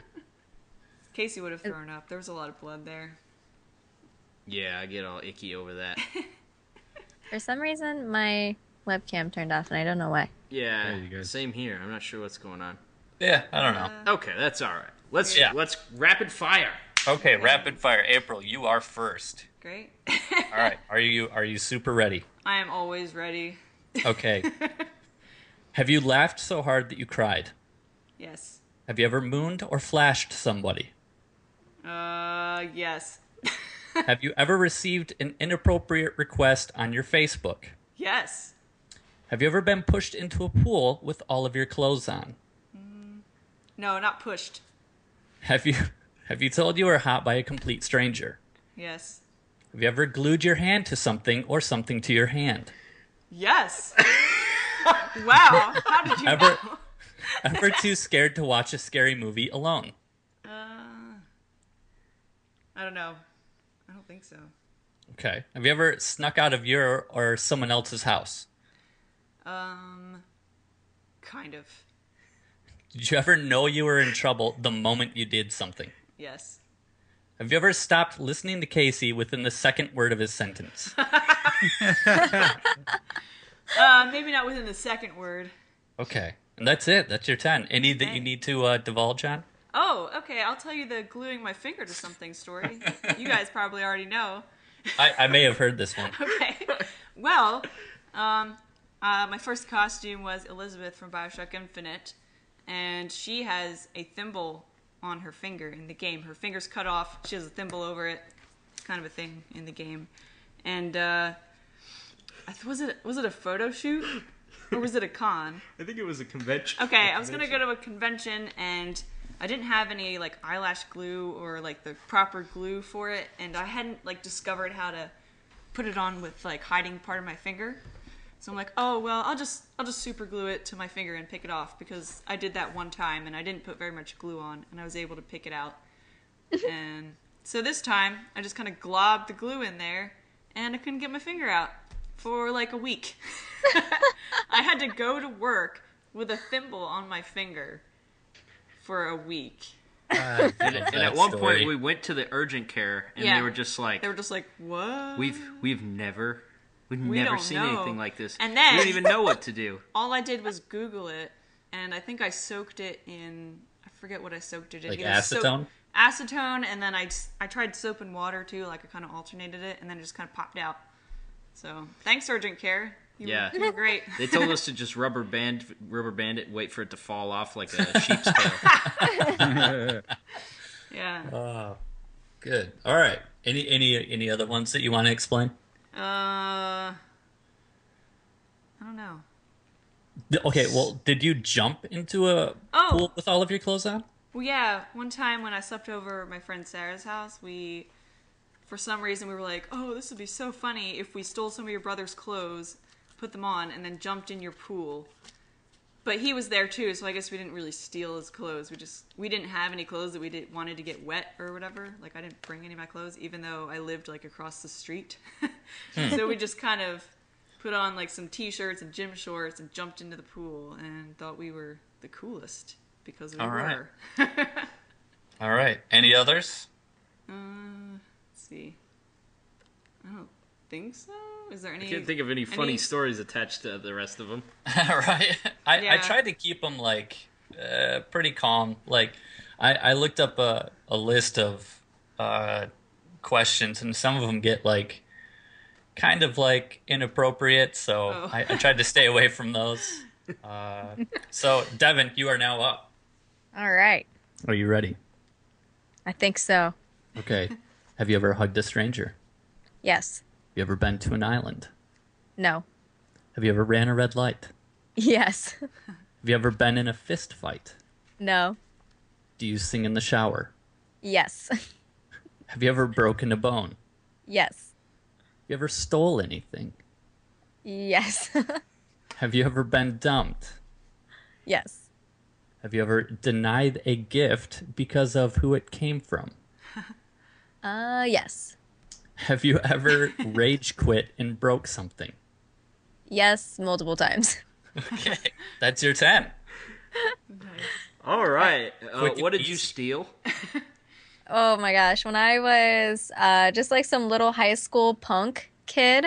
Casey would have thrown up. There was a lot of blood there. Yeah, I get all icky over that. For some reason, my webcam turned off, and I don't know why. Yeah, There you go. same here. I'm not sure what's going on. Yeah, I don't Uh, know. Okay, that's all right. Let's Yeah. let's rapid fire. Okay, rapid fire. April, you are first. Great. All right. Are you are you super ready? I am always ready. Okay. Have you laughed so hard that you cried? Yes. Have you ever mooned or flashed somebody? Uh, yes. Have you ever received an inappropriate request on your Facebook? Yes. Have you ever been pushed into a pool with all of your clothes on? No, not pushed. Have you have you told you were hot by a complete stranger? Yes. Have you ever glued your hand to something or something to your hand? Yes. wow. How did you Ever know? ever too scared to watch a scary movie alone? Uh, I don't know. I don't think so. Okay. Have you ever snuck out of your or someone else's house? Um, kind of. Did you ever know you were in trouble the moment you did something? Yes. Have you ever stopped listening to Casey within the second word of his sentence? Uh, maybe not within the second word. Okay. And that's it. That's your 10. Any that you Okay. need to uh, divulge on? Oh, okay. I'll tell you the gluing my finger to something story. you guys probably already know. I, I may have heard this one. Uh, Okay. well, um, uh, my first costume was Elizabeth from Bioshock Infinite, and she has a thimble on her finger in the game. Her finger's cut off. She has a thimble over it. It's kind of a thing in the game. And uh, I th- was it was it a photo shoot or was it a con? I think it was a convention. Okay, I was gonna go to a convention and I didn't have any like eyelash glue or like the proper glue for it, and I hadn't like discovered how to put it on with like hiding part of my finger. So I'm like, oh well, I'll just I'll just super glue it to my finger and pick it off because I did that one time and I didn't put very much glue on and I was able to pick it out. and so this time I just kind of globbed the glue in there and I couldn't get my finger out for like a week. I had to go to work with a thimble on my finger for a week. And, and at That one story. point, we went to the urgent care, and Yeah. they were just like, They were just like, "What?" "We've we've never we've We never don't seen know." anything like this. And then- we don't even know what to do." all I did was Google it, and I think I soaked it in I forget what I soaked it in. Like Either soap- acetone? acetone, and then I s- I tried soap and water too. Like I kind of alternated it, and then it just kind of popped out. So thanks, urgent care. You were- Yeah. you were great. They told us to just rubber band rubber band it, wait for it to fall off like a sheep's tail. yeah. Good. All right. Any any any other ones that you want to explain? Uh, I don't know. D- Okay. Well, did you jump into a Oh. pool with all of your clothes on? Well, yeah, one time when I slept over at my friend Sarah's house, we, for some reason, we were like, oh, this would be so funny if we stole some of your brother's clothes, put them on, and then jumped in your pool. But he was there too, so I guess we didn't really steal his clothes. We just we didn't have any clothes that we did, wanted to get wet or whatever. Like I didn't bring any of my clothes, even though I lived like across the street. Hmm. so we just kind of put on like some t-shirts and gym shorts and jumped into the pool and thought we were the coolest because we All were. right. All right. Any others? Uh, let's see. I don't think so. Is there any? I can't think of any funny Any- stories attached to the rest of them. right. I, I Yeah. tried to keep them like uh, pretty calm. Like I, I looked up a, a list of uh, questions, and some of them get like kind of like inappropriate. So Oh. I, I tried to stay away from those. Uh, so Devin, you are now up. All right. Are you ready? I think so. Okay. Have you ever hugged a stranger? Yes. Have you ever been to an island? No. Have you ever ran a red light? Yes. Have you ever been in a fist fight? No. Do you sing in the shower? Yes. Have you ever broken a bone? Yes. Have you ever stole anything? Yes. Have you ever been dumped? yes. Have you ever denied a gift because of who it came from? Uh, yes. Have you ever rage quit and broke something? Yes, multiple times. Okay, that's your 10. All right, uh, Quick and what did you easy. steal? Oh my gosh, when I was uh, just like some little high school punk kid,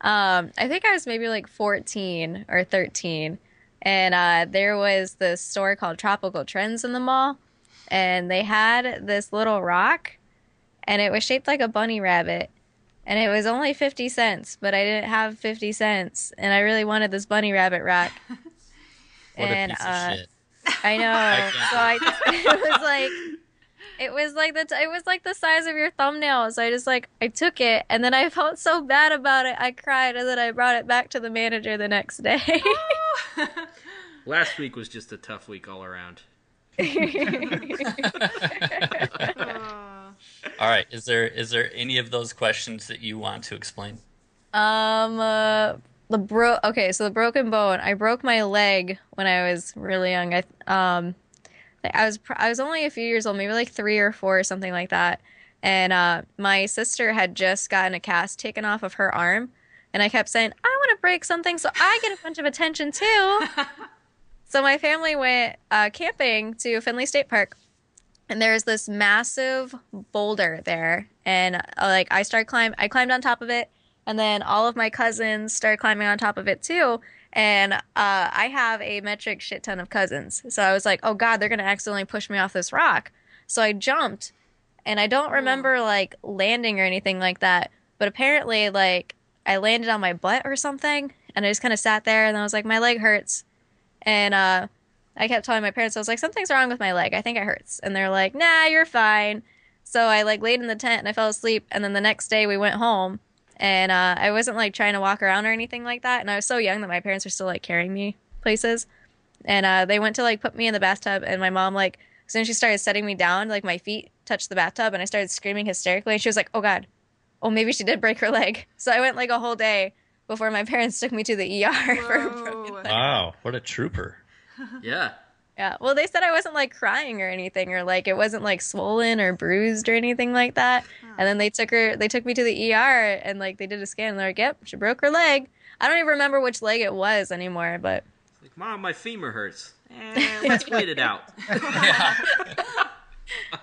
um, I think I was maybe like 14 or 13, and uh, there was this store called Tropical Trends in the mall, and they had this little rock, and it was shaped like a bunny rabbit, and it was only 50 cents, but I didn't have 50 cents, and I really wanted this bunny rabbit rock. What And, a piece uh, of shit. I know. can't so I just, it was like it was like the t- it was like the size of your thumbnail. So I just like I took it and then I felt so bad about it. I cried and then I brought it back to the manager the next day. Last week was just a tough week all around. Uh, All right, is there is there any of those questions that you want to explain? um uh, the bro okay, so the broken bone. I broke my leg when I was really young. I um like, I was pr- I was only a few years old, maybe like 3 or 4 or something like that. And uh, my sister had just gotten a cast taken off of her arm, and I kept saying, "I want to break something so I get a bunch of attention too." so my family went uh, camping to Finley State Park, and there's this massive boulder there, and uh, like I started climb, I climbed on top of it, And then all of my cousins started climbing on top of it too. And uh, I have a metric shit ton of cousins. So I was like, oh God, they're going to accidentally push me off this rock. So I jumped and I don't remember like landing or anything like that. But apparently, like, I landed on my butt or something. And I just kind of sat there and I was like, my leg hurts. And uh, I kept telling my parents, I was like, something's wrong with my leg. I think it hurts. And they're like, nah, you're fine. So I like laid in the tent and I fell asleep. And then the next day we went home and uh, I wasn't like trying to walk around or anything like that. And I was so young that my parents were still like carrying me places. And uh, they went to like put me in the bathtub. And my mom, like, as soon as she started setting me down, like my feet touched the bathtub and I started screaming hysterically. And she was like, oh God, oh, maybe she did break her leg. So I went like a whole day before my parents took me to the ER for a broken Whoa. Wow, what a trooper. Yeah. yeah. Well, they said I wasn't like crying or anything, or like it wasn't like swollen or bruised or anything like that. And then they took her, they took me to the ER and like they did a scan and they're like, yep, she broke her leg. I don't even remember which leg it was anymore, but It's like, Mom, my femur hurts. Eh, let's wait it out. Yeah.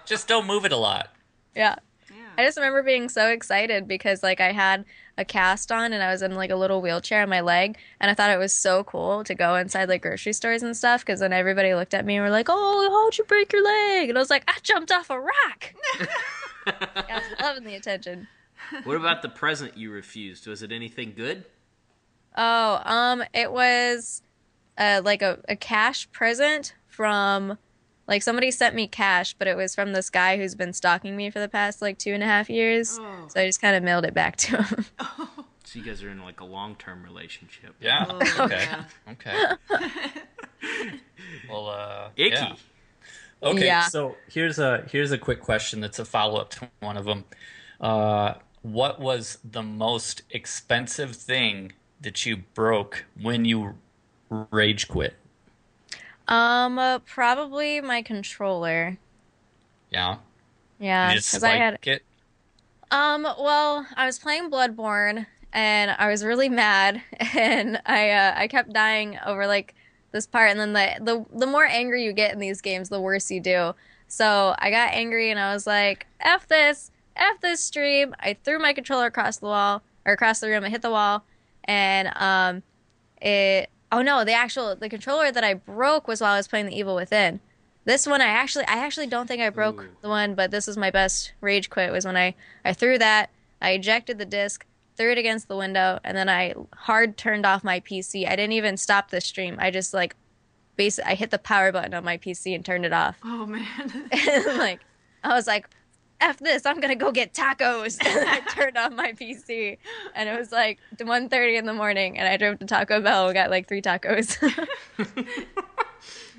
Just don't move it a lot. yeah. I Yeah. just remember being so excited because like I had a cast on and I was in like a little wheelchair on my leg and I thought it was so cool to go inside like grocery stores and stuff because then everybody looked at me and were like, "Oh, how'd you break your leg?" And I was like, "I jumped off a rock." Yeah, I was loving the attention. What about the present you refused? Was it anything good? Oh, um, it was uh, like a, a cash present from like somebody sent me cash, but it was from this guy who's been stalking me for the past like two and a half years. Oh. So I just kind of mailed it back to him. So you guys are in like a long-term relationship. Yeah. Oh, okay. yeah. Okay. well, uh, Icky. yeah. Okay. Yeah. So here's a here's a quick question that's a follow up to one of them. Uh, what was the most expensive thing that you broke when you r- rage quit? Um, uh, probably my controller. Yeah. Yeah, you just because Uh, I had. spiked it. Um, well, I was playing Bloodborne and I was really mad and I uh, I kept dying over like this part and then the, the the more angry you get in these games, the worse you do. So I got angry and I was like, F this, F this stream. I threw my controller across the wall or across the room, I hit the wall and um it oh no, the actual the controller that I broke was while I was playing The Evil Within. This one I actually I actually don't think I broke Ooh. the one, but this was my best rage quit was when I I threw that, I ejected the disc, threw it against the window, and then I hard turned off my PC. I didn't even stop the stream. I just like basi- I hit the power button on my PC and turned it off. Oh man. And, like I was like, "F this! I'm gonna go get tacos." and I turned on my PC, and it was like 1.30 in the morning, and I drove to Taco Bell and got like three tacos.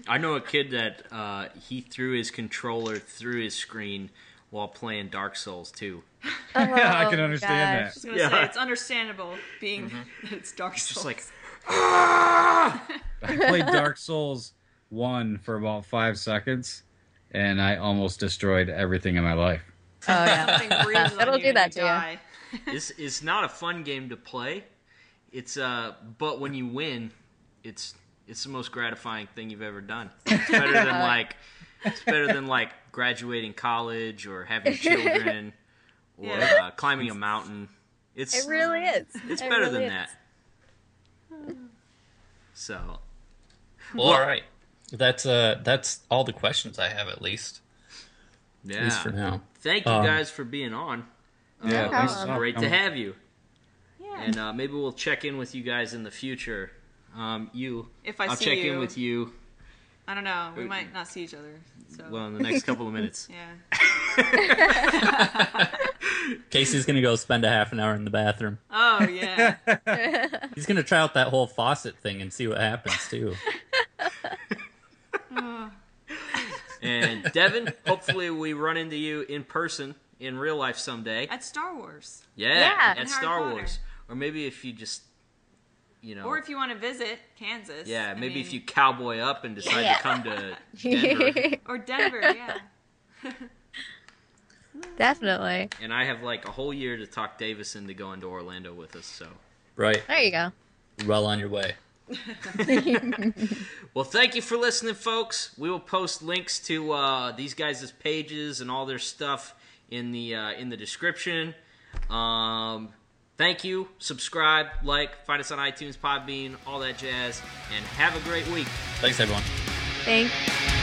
I know a kid that uh, he threw his controller through his screen while playing Dark Souls 2. yeah, I Oh, can my gosh. understand I was gonna Yeah. Mm-hmm. say it's understandable being that it's Dark It's just Souls. like, that. I played Dark Souls one for about five seconds, and I almost destroyed everything in my life. Oh yeah. something breathes on That'll you do and that you to you. die. this is not a fun game to play. It's uh, but when you win, it's it's the most gratifying thing you've ever done. It's better than like it's better than like graduating college or having children or Yeah. uh, climbing a mountain. It's It really is. it's It better really than is. that. So Well, all right. That's uh that's all the questions I have at least. At least for yeah, now. thank you Um, guys for being on. Um, Yeah, thanks it's for great to coming. have you, Yeah. and uh, maybe we'll check in with you guys in the future. Um, you, If I will see check you. in with you. Uh, I don't know. We might not see each other. So Well, in the next couple of minutes. yeah. Casey's gonna go spend a half an hour in the bathroom. Oh yeah. He's gonna try out that whole faucet thing and see what happens too. Oh, And Devin, hopefully we run into you in person in real life someday. At Star Wars. Yeah, Yeah. at And Star Harry Potter. Wars, or maybe if you just, you know, Or if you want to visit Kansas. yeah, I maybe if mean- you cowboy up and decide Yeah. to come to Denver, Or Denver, yeah. Definitely. and I have like a whole year to talk Davis into going to Orlando with us. So, Right. There you go. Well on your way. well, thank you for listening, folks. We will post links to uh, these guys' pages and all their stuff in the uh, in the description. Um, Thank you. Subscribe, like, find us on iTunes, Podbean, all that jazz, and have a great week. Thanks, everyone. Thanks.